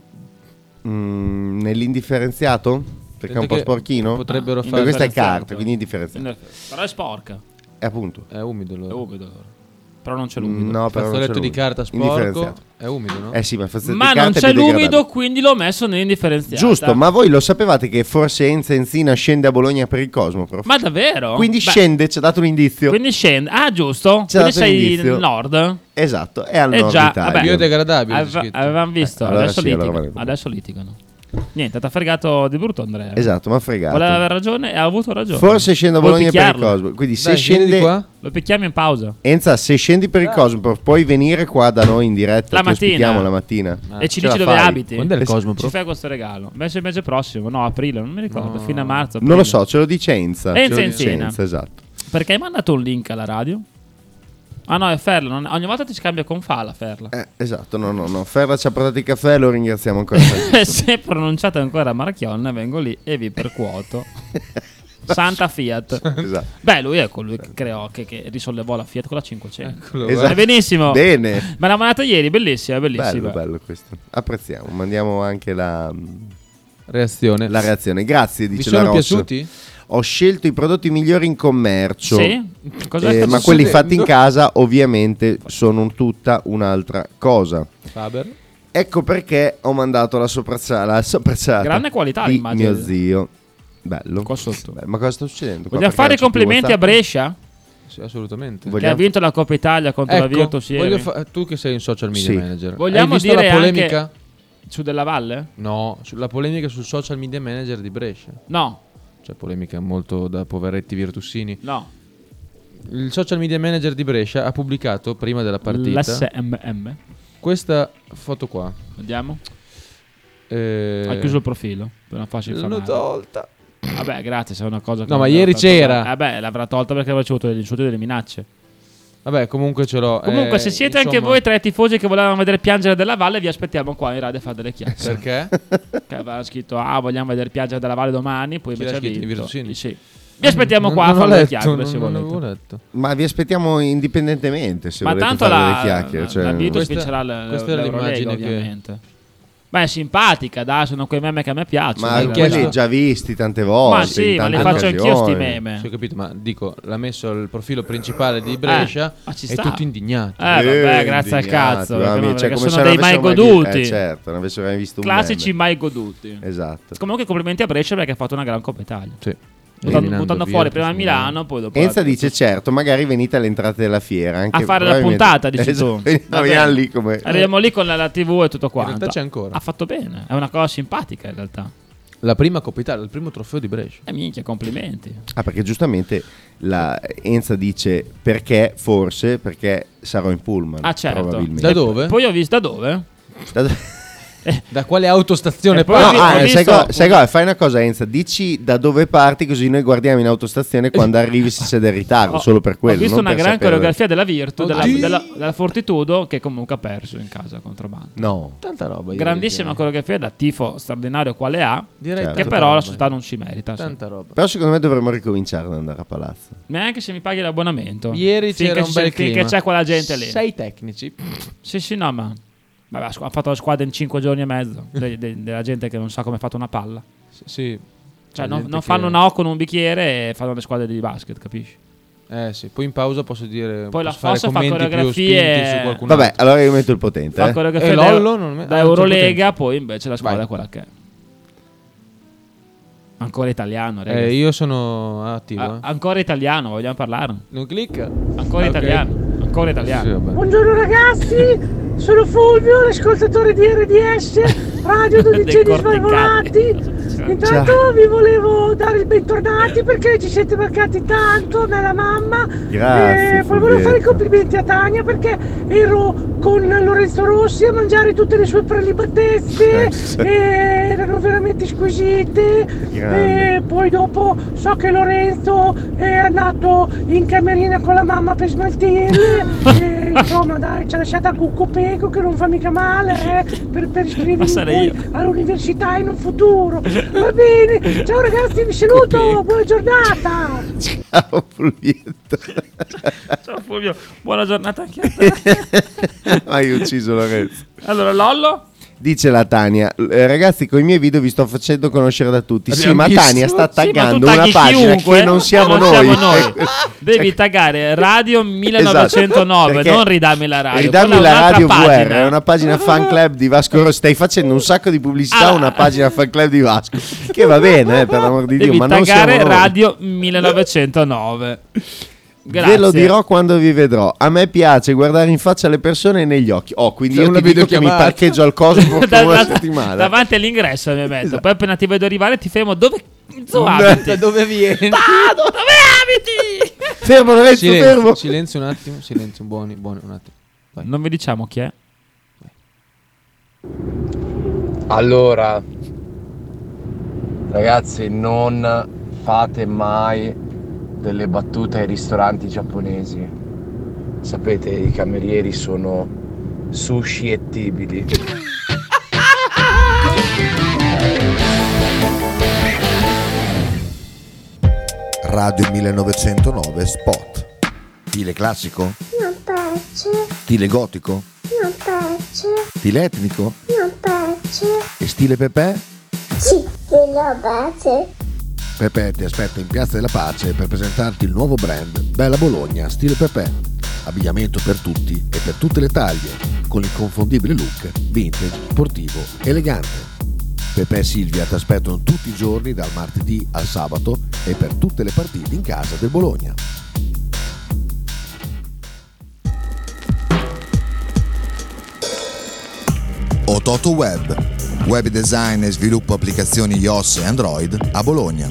Speaker 3: Mm, nell'indifferenziato? Perché è un
Speaker 4: Sento
Speaker 3: po'
Speaker 4: che
Speaker 3: sporchino?
Speaker 4: potrebbero
Speaker 3: Perché
Speaker 4: fare-
Speaker 3: Questa è
Speaker 2: Indifferenziato.
Speaker 3: carta, quindi indifferenziato.
Speaker 2: Però è sporca.
Speaker 3: Eh, appunto.
Speaker 4: È umido
Speaker 2: È
Speaker 4: allora.
Speaker 2: umido. allora. Però non c'è l'umido.
Speaker 3: No, però non
Speaker 4: Il
Speaker 3: c'è
Speaker 4: fazzoletto di
Speaker 3: l'umido.
Speaker 4: carta sporco.
Speaker 3: Indifferenziato.
Speaker 4: È umido, no?
Speaker 3: Eh sì, ma il fazzoletto
Speaker 2: Ma
Speaker 3: di
Speaker 2: non
Speaker 3: carta è
Speaker 2: c'è
Speaker 3: più
Speaker 2: l'umido,
Speaker 3: degradabile.
Speaker 2: quindi l'ho messo nell'indifferenziato.
Speaker 3: Giusto, ma voi lo sapevate che forse Enza Enzina scende a Bologna per il Cosmo, prof?
Speaker 2: Ma davvero?
Speaker 3: Quindi
Speaker 2: Beh,
Speaker 3: scende, ci ha dato un indizio.
Speaker 2: Quindi scende. Ah, giusto. Quindi
Speaker 3: C'è dato un
Speaker 2: sei
Speaker 3: indizio.
Speaker 2: nel nord.
Speaker 3: Esatto, è al
Speaker 2: Eh
Speaker 3: nord
Speaker 2: già,
Speaker 3: Italia.
Speaker 2: vabbè.
Speaker 4: Biodegradabile. c'è
Speaker 2: Ave-
Speaker 4: scritto.
Speaker 2: avevamo visto,
Speaker 3: Eh, allora
Speaker 2: adesso,
Speaker 3: sì, allora
Speaker 2: litigano,
Speaker 3: vale.
Speaker 2: adesso litigano. Niente, t'ha fregato di brutto Andrea.
Speaker 3: Esatto, ma fregato.
Speaker 2: Voleva avere ragione e ha avuto ragione.
Speaker 3: Forse scende a
Speaker 2: Vuoi
Speaker 3: Bologna per il
Speaker 2: picchiarlo?
Speaker 3: Cosmo. Quindi se
Speaker 4: Dai, vieni di
Speaker 3: scende
Speaker 4: qua.
Speaker 2: Lo picchiamo in pausa
Speaker 3: Enza, se scendi per il Cosmo, prof, puoi venire qua da noi in diretta,
Speaker 2: La
Speaker 3: ti ospitiamo
Speaker 2: mattina.
Speaker 3: la mattina.
Speaker 2: e ci
Speaker 3: Eh, Ce
Speaker 2: dici
Speaker 3: la
Speaker 2: dove
Speaker 3: fai?
Speaker 2: abiti.
Speaker 4: Quando è il
Speaker 3: Eh,
Speaker 4: Cosmo,
Speaker 2: Ci
Speaker 4: prof?
Speaker 2: fai questo regalo. Mese mese prossimo, no, aprile, non mi ricordo, fino a marzo.
Speaker 3: Non lo
Speaker 2: aprile.
Speaker 3: so, ce lo dice Enza.
Speaker 2: Enza
Speaker 3: Ce lo dice
Speaker 2: Enzina.
Speaker 3: Enza, esatto.
Speaker 2: Perché hai mandato un link alla radio? Ah no, è Ferla, non- ogni volta ti scambia con Fala Ferla.
Speaker 3: Eh, esatto, no, no, no. Ferra ci ha portato il caffè, lo
Speaker 2: [laughs]
Speaker 3: ringraziamo ancora. Esatto.
Speaker 2: Se pronunciate ancora Marchionne, vengo lì e vi percuoto. Santa Fiat.
Speaker 3: esatto.
Speaker 2: Beh, lui è colui che creò, che, che risollevò la Fiat con la 500.
Speaker 4: Eccolo,
Speaker 3: Esatto.
Speaker 2: Eh, benissimo.
Speaker 4: Ecco.
Speaker 3: Bene.
Speaker 2: Me l'ha mandata ieri, bellissima, bellissima.
Speaker 3: Bello, bello questo. Apprezziamo. Mandiamo anche la,
Speaker 2: Eh,
Speaker 4: Reazione.
Speaker 3: la reazione. Grazie,
Speaker 4: Vi
Speaker 3: dice la
Speaker 4: sono
Speaker 3: Ross.
Speaker 4: piaciuti?
Speaker 3: Ho scelto i prodotti migliori in commercio.
Speaker 2: Sì? Cosa
Speaker 3: Eh,
Speaker 2: sta
Speaker 3: ma
Speaker 2: succedendo?
Speaker 3: quelli fatti in casa ovviamente sono un- tutta un'altra cosa.
Speaker 4: Faber.
Speaker 3: Ecco perché ho mandato la soprazzata, la soprazzata
Speaker 2: Grande qualità
Speaker 3: di
Speaker 2: l'immagine.
Speaker 3: mio zio. Bello.
Speaker 2: Qua sotto.
Speaker 3: Beh, ma cosa sta succedendo? qua?
Speaker 2: Vogliamo
Speaker 3: Perché
Speaker 2: fare i
Speaker 3: non c'è più
Speaker 2: complimenti a
Speaker 3: WhatsApp?
Speaker 2: Brescia?
Speaker 4: Sì, assolutamente.
Speaker 3: Vogliamo-
Speaker 2: Che ha vinto la Coppa Italia contro la Virtus ieri.
Speaker 4: Ecco, voglio fa- tu che sei un social media
Speaker 3: Sì.
Speaker 4: manager.
Speaker 2: eh. Vogliamo
Speaker 4: Hai visto
Speaker 2: dire
Speaker 4: la polemica?
Speaker 2: Su della Valle?
Speaker 4: No, sulla polemica sul social media manager di Brescia.
Speaker 2: No,
Speaker 4: Cioè polemica molto da poveretti virtussini.
Speaker 2: no.
Speaker 4: Il social media manager di Brescia ha pubblicato prima della partita
Speaker 2: L'SMM.
Speaker 4: questa foto qua.
Speaker 2: Andiamo.
Speaker 4: Eh,
Speaker 2: Hai chiuso il profilo. Per non farci
Speaker 4: L'hanno
Speaker 2: infamare.
Speaker 4: tolta.
Speaker 2: Vabbè, grazie, se è una cosa che
Speaker 4: No,
Speaker 2: non
Speaker 4: ma
Speaker 2: l'avrà
Speaker 4: ieri
Speaker 2: fatto-
Speaker 4: c'era.
Speaker 2: Vabbè, Eh l'avrà tolta perché aveva ricevuto degli insulti e delle minacce.
Speaker 4: Vabbè, comunque ce l'ho.
Speaker 2: Comunque,
Speaker 4: Eh,
Speaker 2: se siete anche
Speaker 4: insomma,
Speaker 2: voi tra i tifosi che volevano vedere piangere della Valle, vi aspettiamo qua in radio a fare delle chiacchiere.
Speaker 4: Perché?
Speaker 2: [laughs] che avevano scritto ah vogliamo vedere piangere della Valle domani poi
Speaker 4: Chi
Speaker 2: invece
Speaker 4: l'ha
Speaker 2: ha
Speaker 4: scritto?
Speaker 2: vinto
Speaker 4: I Virtusini?
Speaker 2: Sì. vi aspettiamo
Speaker 4: Non-
Speaker 2: qua
Speaker 4: non
Speaker 2: a
Speaker 4: ho
Speaker 2: fare le
Speaker 4: letto,
Speaker 2: chiacchiere
Speaker 4: non-
Speaker 2: se
Speaker 4: non
Speaker 2: volete
Speaker 4: avevo letto.
Speaker 3: Ma vi aspettiamo indipendentemente se
Speaker 2: ma
Speaker 3: volete
Speaker 2: tanto
Speaker 3: fare
Speaker 2: la,
Speaker 3: delle chiacchiere.
Speaker 2: la,
Speaker 3: cioè-
Speaker 2: la Virtus
Speaker 4: Questa-
Speaker 2: vincerà l-
Speaker 4: questa era
Speaker 2: l'Eurolega,
Speaker 4: l'immagine che-
Speaker 2: ovviamente ma è simpatica dai sono quei meme che a me piacciono
Speaker 3: ma
Speaker 2: dai,
Speaker 4: anche
Speaker 2: dai.
Speaker 3: quelli
Speaker 4: la-
Speaker 3: già visti tante volte.
Speaker 2: ma sì
Speaker 3: in
Speaker 2: ma li
Speaker 3: tante
Speaker 2: faccio anch'io sti
Speaker 3: occasioni.
Speaker 2: meme
Speaker 4: Sì, ho capito, ma dico, l'ha messo il profilo principale di Brescia
Speaker 2: Ah, ma ci
Speaker 4: è
Speaker 2: sta.
Speaker 4: tutto indignato.
Speaker 2: eh vabbè
Speaker 3: Eh,
Speaker 2: grazie al
Speaker 3: indignati,
Speaker 2: cazzo
Speaker 3: mamma
Speaker 2: perché
Speaker 3: mia,
Speaker 2: no,
Speaker 3: cioè,
Speaker 2: perché sono
Speaker 3: come
Speaker 2: dei
Speaker 3: se non
Speaker 2: mai
Speaker 3: avessero mai vi-
Speaker 2: goduti
Speaker 3: eh, certo, non avessero mai visto un
Speaker 2: classici
Speaker 3: meme.
Speaker 2: mai goduti
Speaker 3: Esatto.
Speaker 2: comunque complimenti a Brescia perché ha fatto una gran Coppa Italia
Speaker 4: Sì.
Speaker 2: buttando,
Speaker 4: Eliminando
Speaker 2: buttando fuori
Speaker 4: Virtus,
Speaker 2: prima
Speaker 4: Milano.
Speaker 2: Milano poi dopo
Speaker 3: Enza
Speaker 2: la-
Speaker 3: dice certo, magari venite alle entrate della fiera anche
Speaker 2: A fare la
Speaker 3: probabilmente- [laughs]
Speaker 2: puntata, dici tu.
Speaker 3: Esatto,
Speaker 2: Va
Speaker 3: veniamo
Speaker 2: bene.
Speaker 3: lì come
Speaker 2: Arriviamo lì con la, la TV e tutto quanto.
Speaker 4: realtà c'è ancora.
Speaker 2: Ha fatto bene, è una cosa simpatica in realtà.
Speaker 4: La prima Coppa Italia, il primo trofeo di Brescia.
Speaker 2: E minchia, complimenti.
Speaker 3: Ah, perché giustamente la Enza dice perché forse perché sarò in pullman.
Speaker 2: Ah, certo.
Speaker 3: Probabilmente.
Speaker 4: Da dove?
Speaker 2: Poi ho visto da dove?
Speaker 3: Da dove? [laughs]
Speaker 4: Da quale autostazione
Speaker 2: E poi-
Speaker 3: No,
Speaker 4: parli?
Speaker 2: ho
Speaker 3: ah,
Speaker 2: visto-
Speaker 3: sai, cosa- sai cosa? Fai una cosa, Enza. Dici da dove parti, così noi guardiamo
Speaker 2: [laughs]
Speaker 3: in autostazione quando arrivi se siete in ritardo.
Speaker 2: Ho-
Speaker 3: Ah, solo per quello.
Speaker 2: Ho visto
Speaker 3: non
Speaker 2: una
Speaker 3: per
Speaker 2: gran
Speaker 3: sapere-
Speaker 2: coreografia della Virtu, della,
Speaker 4: Oddio.
Speaker 2: della, della Fortitudo, che comunque ha perso in casa contro Banda.
Speaker 3: No,
Speaker 4: eh, Tanta roba. io
Speaker 2: Grandissima coreografia da tifo straordinario quale ha,
Speaker 4: Direi
Speaker 3: Certo.
Speaker 2: che
Speaker 4: tanta
Speaker 2: però la
Speaker 4: roba.
Speaker 2: società non ci merita. cioè. sì.
Speaker 4: Tanta roba.
Speaker 3: però secondo me dovremmo ricominciare ad andare a palazzo.
Speaker 2: Neanche se mi paghi l'abbonamento.
Speaker 4: Ieri
Speaker 2: Finché
Speaker 4: c'era un
Speaker 2: c'è-
Speaker 4: bel clima.
Speaker 2: Finché c'è quella gente lì.
Speaker 4: Sei tecnici.
Speaker 2: Sì, sì, no, ma... Vabbè, ha squ- ha fatto la squadra in 5 giorni e
Speaker 4: [laughs]
Speaker 2: mezzo. de- de- della gente che non sa come ha fatto una palla.
Speaker 4: S- Sì.
Speaker 2: Cioè,
Speaker 4: C'è
Speaker 2: non,
Speaker 4: gente
Speaker 2: non
Speaker 4: che-
Speaker 2: fanno una O con un bicchiere e fanno le squadre di basket, capisci?
Speaker 4: Eh sì, poi in pausa posso dire
Speaker 2: Poi la
Speaker 4: posso fare
Speaker 2: Fossa fa
Speaker 4: commenti più
Speaker 2: coreografie-
Speaker 4: spinti su qualcun
Speaker 3: Vabbè,
Speaker 4: altro.
Speaker 3: allora io metto il potente.
Speaker 2: Fa
Speaker 3: eh.
Speaker 2: quello che fa
Speaker 4: E Lollo non me-
Speaker 2: da
Speaker 4: ah,
Speaker 2: Eurolega, poi invece la squadra
Speaker 4: Vai.
Speaker 2: è quella che è. Ancora italiano, ragazzi.
Speaker 4: Eh, io sono attivo.
Speaker 2: A-
Speaker 4: eh.
Speaker 2: ancora italiano, vogliamo parlarne?
Speaker 4: Non clicca.
Speaker 2: Ah, Ancora
Speaker 4: Ah, ok.
Speaker 2: italiano, ancora italiano.
Speaker 4: Sì, vabbè.
Speaker 6: Buongiorno ragazzi, sono Fulvio, l'ascoltatore di RDS, Radio
Speaker 2: [laughs] Dei
Speaker 6: 12
Speaker 2: corticati.
Speaker 6: Svalvolati. Intanto vi volevo dare il bentornati perché ci siete mancati tanto, me e la mamma.
Speaker 3: Grazie,
Speaker 6: E poi volevo Eh, fare i
Speaker 3: Fulvietta.
Speaker 6: complimenti a Tania perché ero con Lorenzo Rossi a mangiare tutte le sue prelibatezze
Speaker 3: Eh, Sì.
Speaker 6: e eh, erano veramente
Speaker 1: Eh,
Speaker 6: squisite.
Speaker 3: Grande.
Speaker 6: E poi dopo so che Lorenzo è andato in camerina con la mamma per
Speaker 1: eh,
Speaker 6: smaltirle.
Speaker 2: [laughs]
Speaker 6: E, insomma, dai, ci ha lasciato a Cucco Peco che non fa mica male eh, per, per
Speaker 2: Ma
Speaker 6: iscrivermi
Speaker 2: sarei
Speaker 6: poi all'università in un futuro. Va bene, ciao ragazzi, vi saluto, buona giornata.
Speaker 3: Ciao,
Speaker 6: [laughs]
Speaker 3: Fulvietto.
Speaker 2: Ciao Fulvio, buona giornata anche a te.
Speaker 3: Hai ucciso Lorenzo.
Speaker 2: allora, Lollo?
Speaker 3: Dice la Tania, eh, ragazzi, con i miei video vi sto facendo conoscere da tutti. Sì,
Speaker 4: Abbiamo
Speaker 3: ma
Speaker 4: visto.
Speaker 3: Tania
Speaker 2: Sì,
Speaker 3: sta
Speaker 2: ma tu
Speaker 3: taggando una
Speaker 2: tagli
Speaker 3: pagina
Speaker 2: chiunque,
Speaker 3: che non siamo noi. [laughs] Cioè,
Speaker 2: Devi taggare Radio 1909,
Speaker 3: Esatto,
Speaker 2: non
Speaker 3: perché
Speaker 2: ridami la radio.
Speaker 3: Ridammi
Speaker 2: quella è
Speaker 3: la radio
Speaker 2: un'altra
Speaker 3: VR,
Speaker 2: pagina.
Speaker 3: è una pagina fan club di Vasco Rossi. Stai facendo un sacco di pubblicità a
Speaker 2: Ah.
Speaker 3: una pagina fan club di Vasco. Che va bene, eh, per l'amor di Dio,
Speaker 2: Devi
Speaker 3: ma non siamo
Speaker 2: taggare
Speaker 3: noi.
Speaker 2: Radio 1909. Grazie.
Speaker 3: Ve
Speaker 2: [laughs]
Speaker 3: lo dirò quando vi vedrò. A me piace guardare in faccia le persone e negli occhi. Oh, quindi
Speaker 4: C'è
Speaker 3: io
Speaker 4: una
Speaker 3: ti dico che mi
Speaker 4: videochiamata.
Speaker 3: parcheggio
Speaker 2: [laughs]
Speaker 3: al Cosmo
Speaker 2: Da-
Speaker 3: per una
Speaker 2: da-
Speaker 3: settimana. Esatto.
Speaker 2: Davanti all'ingresso mi metto. Poi appena ti vedo arrivare ti fermo dove cazzo
Speaker 4: Da
Speaker 3: [laughs]
Speaker 2: abiti?
Speaker 4: dove viene?
Speaker 2: Ah, dove abiti?
Speaker 3: Fermo, Lorenzo, fermo.
Speaker 4: Silenzio, silenzio un attimo, silenzio, buoni, buoni, un attimo. Vai.
Speaker 2: Non vi diciamo chi è.
Speaker 7: Allora, ragazzi, non fate mai delle battute ai ristoranti giapponesi. Sapete, i camerieri sono susciettibili.
Speaker 8: Radio 1909 Spot. Stile classico?
Speaker 9: Non piace,
Speaker 8: Stile gotico?
Speaker 9: non piace,
Speaker 8: Stile etnico?
Speaker 9: non piace.
Speaker 8: E stile Pepe?
Speaker 9: Sì, della pace.
Speaker 8: Pepe ti aspetta in Piazza della Pace per presentarti il nuovo brand Bella Bologna stile Pepe. Abbigliamento per tutti e per tutte le taglie, con l'inconfondibile look vintage, sportivo, elegante. Pepe e Silvia ti aspettano tutti i giorni dal martedì al sabato e per tutte le partite in casa del Bologna.
Speaker 10: Ototo Web, web design e sviluppo applicazioni iOS e Android a Bologna.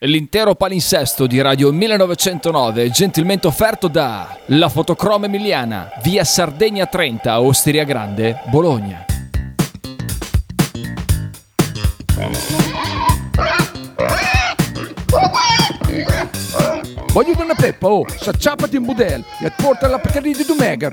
Speaker 11: L'intero palinsesto di Radio 1909 è gentilmente offerto da La Fotocroma Emiliana, via Sardegna 30, Osteria Grande, Bologna.
Speaker 12: Voglio una peppa, oh, s'acciappati in budel e porta la Pcaridi di Dumegar.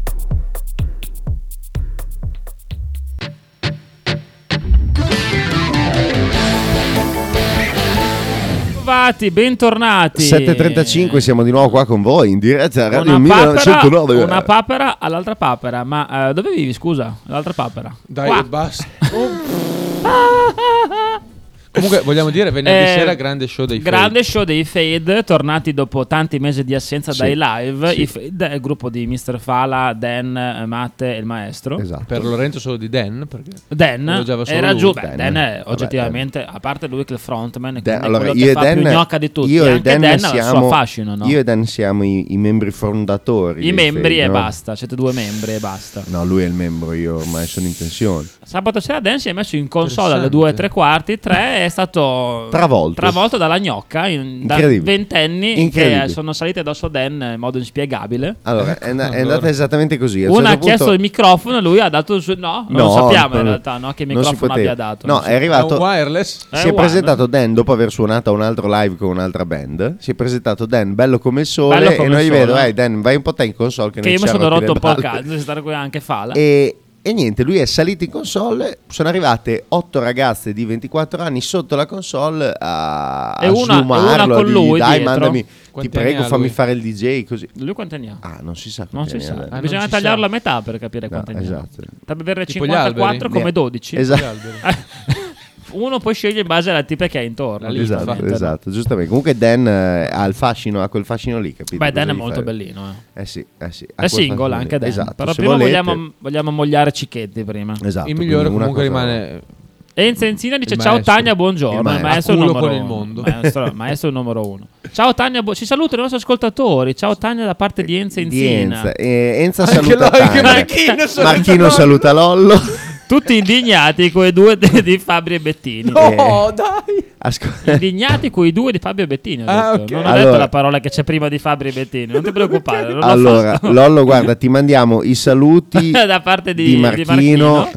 Speaker 2: Bentrovati, bentornati.
Speaker 3: 7.35 siamo di nuovo qua con voi in diretta a Radio
Speaker 2: Una papera,
Speaker 3: 1909.
Speaker 2: una papera all'altra papera. Ma eh, dove vivi, scusa? L'altra papera.
Speaker 4: Dai,
Speaker 2: Qua. [laughs]
Speaker 4: basta.
Speaker 2: [laughs]
Speaker 4: Comunque, vogliamo dire, venerdì
Speaker 2: Eh,
Speaker 4: sera, grande show dei
Speaker 2: Grande show dei Fade, tornati dopo tanti mesi di assenza
Speaker 4: Sì,
Speaker 2: dai live.
Speaker 4: sì.
Speaker 2: I Fade è il gruppo di Mr. Fala, Dan, eh, Matte e il maestro.
Speaker 3: Esatto.
Speaker 4: Fade. Per Lorenzo solo di Dan, perché lo
Speaker 2: Dan
Speaker 4: usava solo
Speaker 2: era
Speaker 4: lui.
Speaker 2: giù, beh, Dan, è oggettivamente, a parte lui che è il frontman, quindi è
Speaker 3: allora,
Speaker 2: quello
Speaker 3: io
Speaker 2: che
Speaker 3: e
Speaker 2: fa più
Speaker 3: Dan,
Speaker 2: gnocca di tutti,
Speaker 3: io e
Speaker 2: anche
Speaker 3: Dan
Speaker 2: Dan, ha il
Speaker 3: siamo,
Speaker 2: suo fascino, no?
Speaker 3: Io e Dan siamo i, i membri fondatori.
Speaker 2: I
Speaker 3: dei
Speaker 2: membri
Speaker 3: Fade,
Speaker 2: e
Speaker 3: no?
Speaker 2: basta, siete due membri e basta.
Speaker 3: No, lui è il membro, io ormai sono in pensione.
Speaker 2: Sabato sera Dan si è messo in console alle
Speaker 3: Interessante. [laughs]
Speaker 2: 2 e tre quarti, 3 e stato
Speaker 3: Travolto.
Speaker 2: travolto dalla gnocca in- da
Speaker 3: Incredibile.
Speaker 2: ventenni che
Speaker 3: Incredibile.
Speaker 2: sono saliti addosso a Dan in modo inspiegabile.
Speaker 3: Allora, è, na-
Speaker 2: Ecco,
Speaker 3: è
Speaker 2: Allora.
Speaker 3: andata esattamente così. A un
Speaker 2: Uno ha
Speaker 3: certo
Speaker 2: chiesto
Speaker 3: punto-
Speaker 2: il microfono, lui ha dato il suo. No, non lo
Speaker 3: No,
Speaker 2: sappiamo in
Speaker 3: no,
Speaker 2: realtà no, che
Speaker 3: non si
Speaker 2: microfono
Speaker 3: poteva.
Speaker 2: abbia dato.
Speaker 3: No,
Speaker 2: Non
Speaker 3: è
Speaker 2: so.
Speaker 3: arrivato.
Speaker 4: wireless?
Speaker 2: È
Speaker 3: Si è
Speaker 2: wireless.
Speaker 3: presentato Dan dopo aver suonato un altro live con un'altra band. Si è presentato Dan bello come il sole.
Speaker 2: Bello come
Speaker 3: e noi
Speaker 2: il
Speaker 3: gli
Speaker 2: sole.
Speaker 3: vedo, "Vai, Dan, vai un po' te in console. Che,
Speaker 2: Che
Speaker 3: noi
Speaker 2: io
Speaker 3: ci
Speaker 2: mi
Speaker 3: siamo
Speaker 2: sono
Speaker 3: rotti
Speaker 2: rotto un po'
Speaker 3: le
Speaker 2: il
Speaker 3: balle".
Speaker 2: cazzo, c'è stato qui anche Fala.
Speaker 3: E, e niente, lui è salito in console. Sono arrivate otto ragazze di 24 anni sotto la console a,
Speaker 2: E una- e
Speaker 3: a
Speaker 2: una
Speaker 3: slumarlo,
Speaker 2: con
Speaker 3: a dirgli,
Speaker 2: lui
Speaker 3: Dai,
Speaker 2: dietro."
Speaker 3: mandami, ti
Speaker 2: Quanti anni
Speaker 3: prego,
Speaker 2: ha
Speaker 3: fammi
Speaker 2: lui?
Speaker 3: fare il DJ. Così.
Speaker 2: Lui quanti anni ha?
Speaker 3: Ah, non si sa.
Speaker 2: Non si
Speaker 3: quanti
Speaker 2: sa.
Speaker 3: anni ha Dan.
Speaker 2: Bisogna tagliarlo a metà per capire quanti anni ha.
Speaker 3: esatto.
Speaker 2: Da beverne
Speaker 3: Tipo gli
Speaker 2: 54
Speaker 3: alberi?
Speaker 2: come
Speaker 3: Ne-
Speaker 2: 12.
Speaker 3: Esatto.
Speaker 2: [laughs] Uno poi sceglie in base alla tipa che ha intorno.
Speaker 3: Esatto,
Speaker 2: giustamente.
Speaker 3: esatto, giustamente. Comunque Dan eh, ha il fascino, ha quel fascino lì, capito?
Speaker 2: Beh, Dan
Speaker 3: Cosa
Speaker 2: è
Speaker 3: gli
Speaker 2: molto
Speaker 3: fai?
Speaker 2: bellino,
Speaker 3: Eh sì, eh sì. ha
Speaker 2: È
Speaker 3: quel
Speaker 2: single
Speaker 3: fascino
Speaker 2: anche
Speaker 3: lì.
Speaker 2: adesso.
Speaker 3: Esatto,
Speaker 2: Però
Speaker 3: se
Speaker 2: prima
Speaker 3: volete-
Speaker 2: vogliamo, vogliamo mogliare Cicchetti prima.
Speaker 3: Esatto,
Speaker 4: Il migliore
Speaker 3: quindi una
Speaker 4: comunque
Speaker 3: cosa-
Speaker 4: rimane
Speaker 2: Enzo Enzina dice
Speaker 4: Il
Speaker 2: ciao
Speaker 4: maestro.
Speaker 2: Tania, buongiorno.
Speaker 4: Il
Speaker 2: Il
Speaker 4: maestro.
Speaker 2: maestro,
Speaker 4: A culo
Speaker 2: numero
Speaker 4: con il
Speaker 2: uno.
Speaker 4: mondo.
Speaker 2: Maestro, maestro numero uno. Ciao Tania, bu- ci salutano i nostri ascoltatori. Ciao Tania da parte di Enzo
Speaker 3: Di
Speaker 2: Enzina.
Speaker 3: Enza. Eh, Enza
Speaker 2: Anche
Speaker 3: saluta
Speaker 2: lui, anche
Speaker 3: Tania.
Speaker 2: Marchino saluta
Speaker 3: Marchino
Speaker 2: Lollo.
Speaker 3: saluta Lollo.
Speaker 2: Tutti indignati
Speaker 3: [laughs]
Speaker 2: coi due de- di Fabio e Bettini.
Speaker 3: No,
Speaker 4: Oh, dai!
Speaker 2: Indignati coi due di Fabio e Bettini. ho
Speaker 4: Ah,
Speaker 2: detto.
Speaker 4: ok.
Speaker 2: Non ho detto
Speaker 3: Allora-
Speaker 2: la parola che c'è prima di Fabio e Bettini. Non ti preoccupare. Non
Speaker 3: Allora, Lollo, guarda, ti mandiamo i
Speaker 2: [laughs]
Speaker 3: saluti
Speaker 2: Da parte di-
Speaker 3: di
Speaker 2: di
Speaker 3: Marchino.
Speaker 2: Marchino.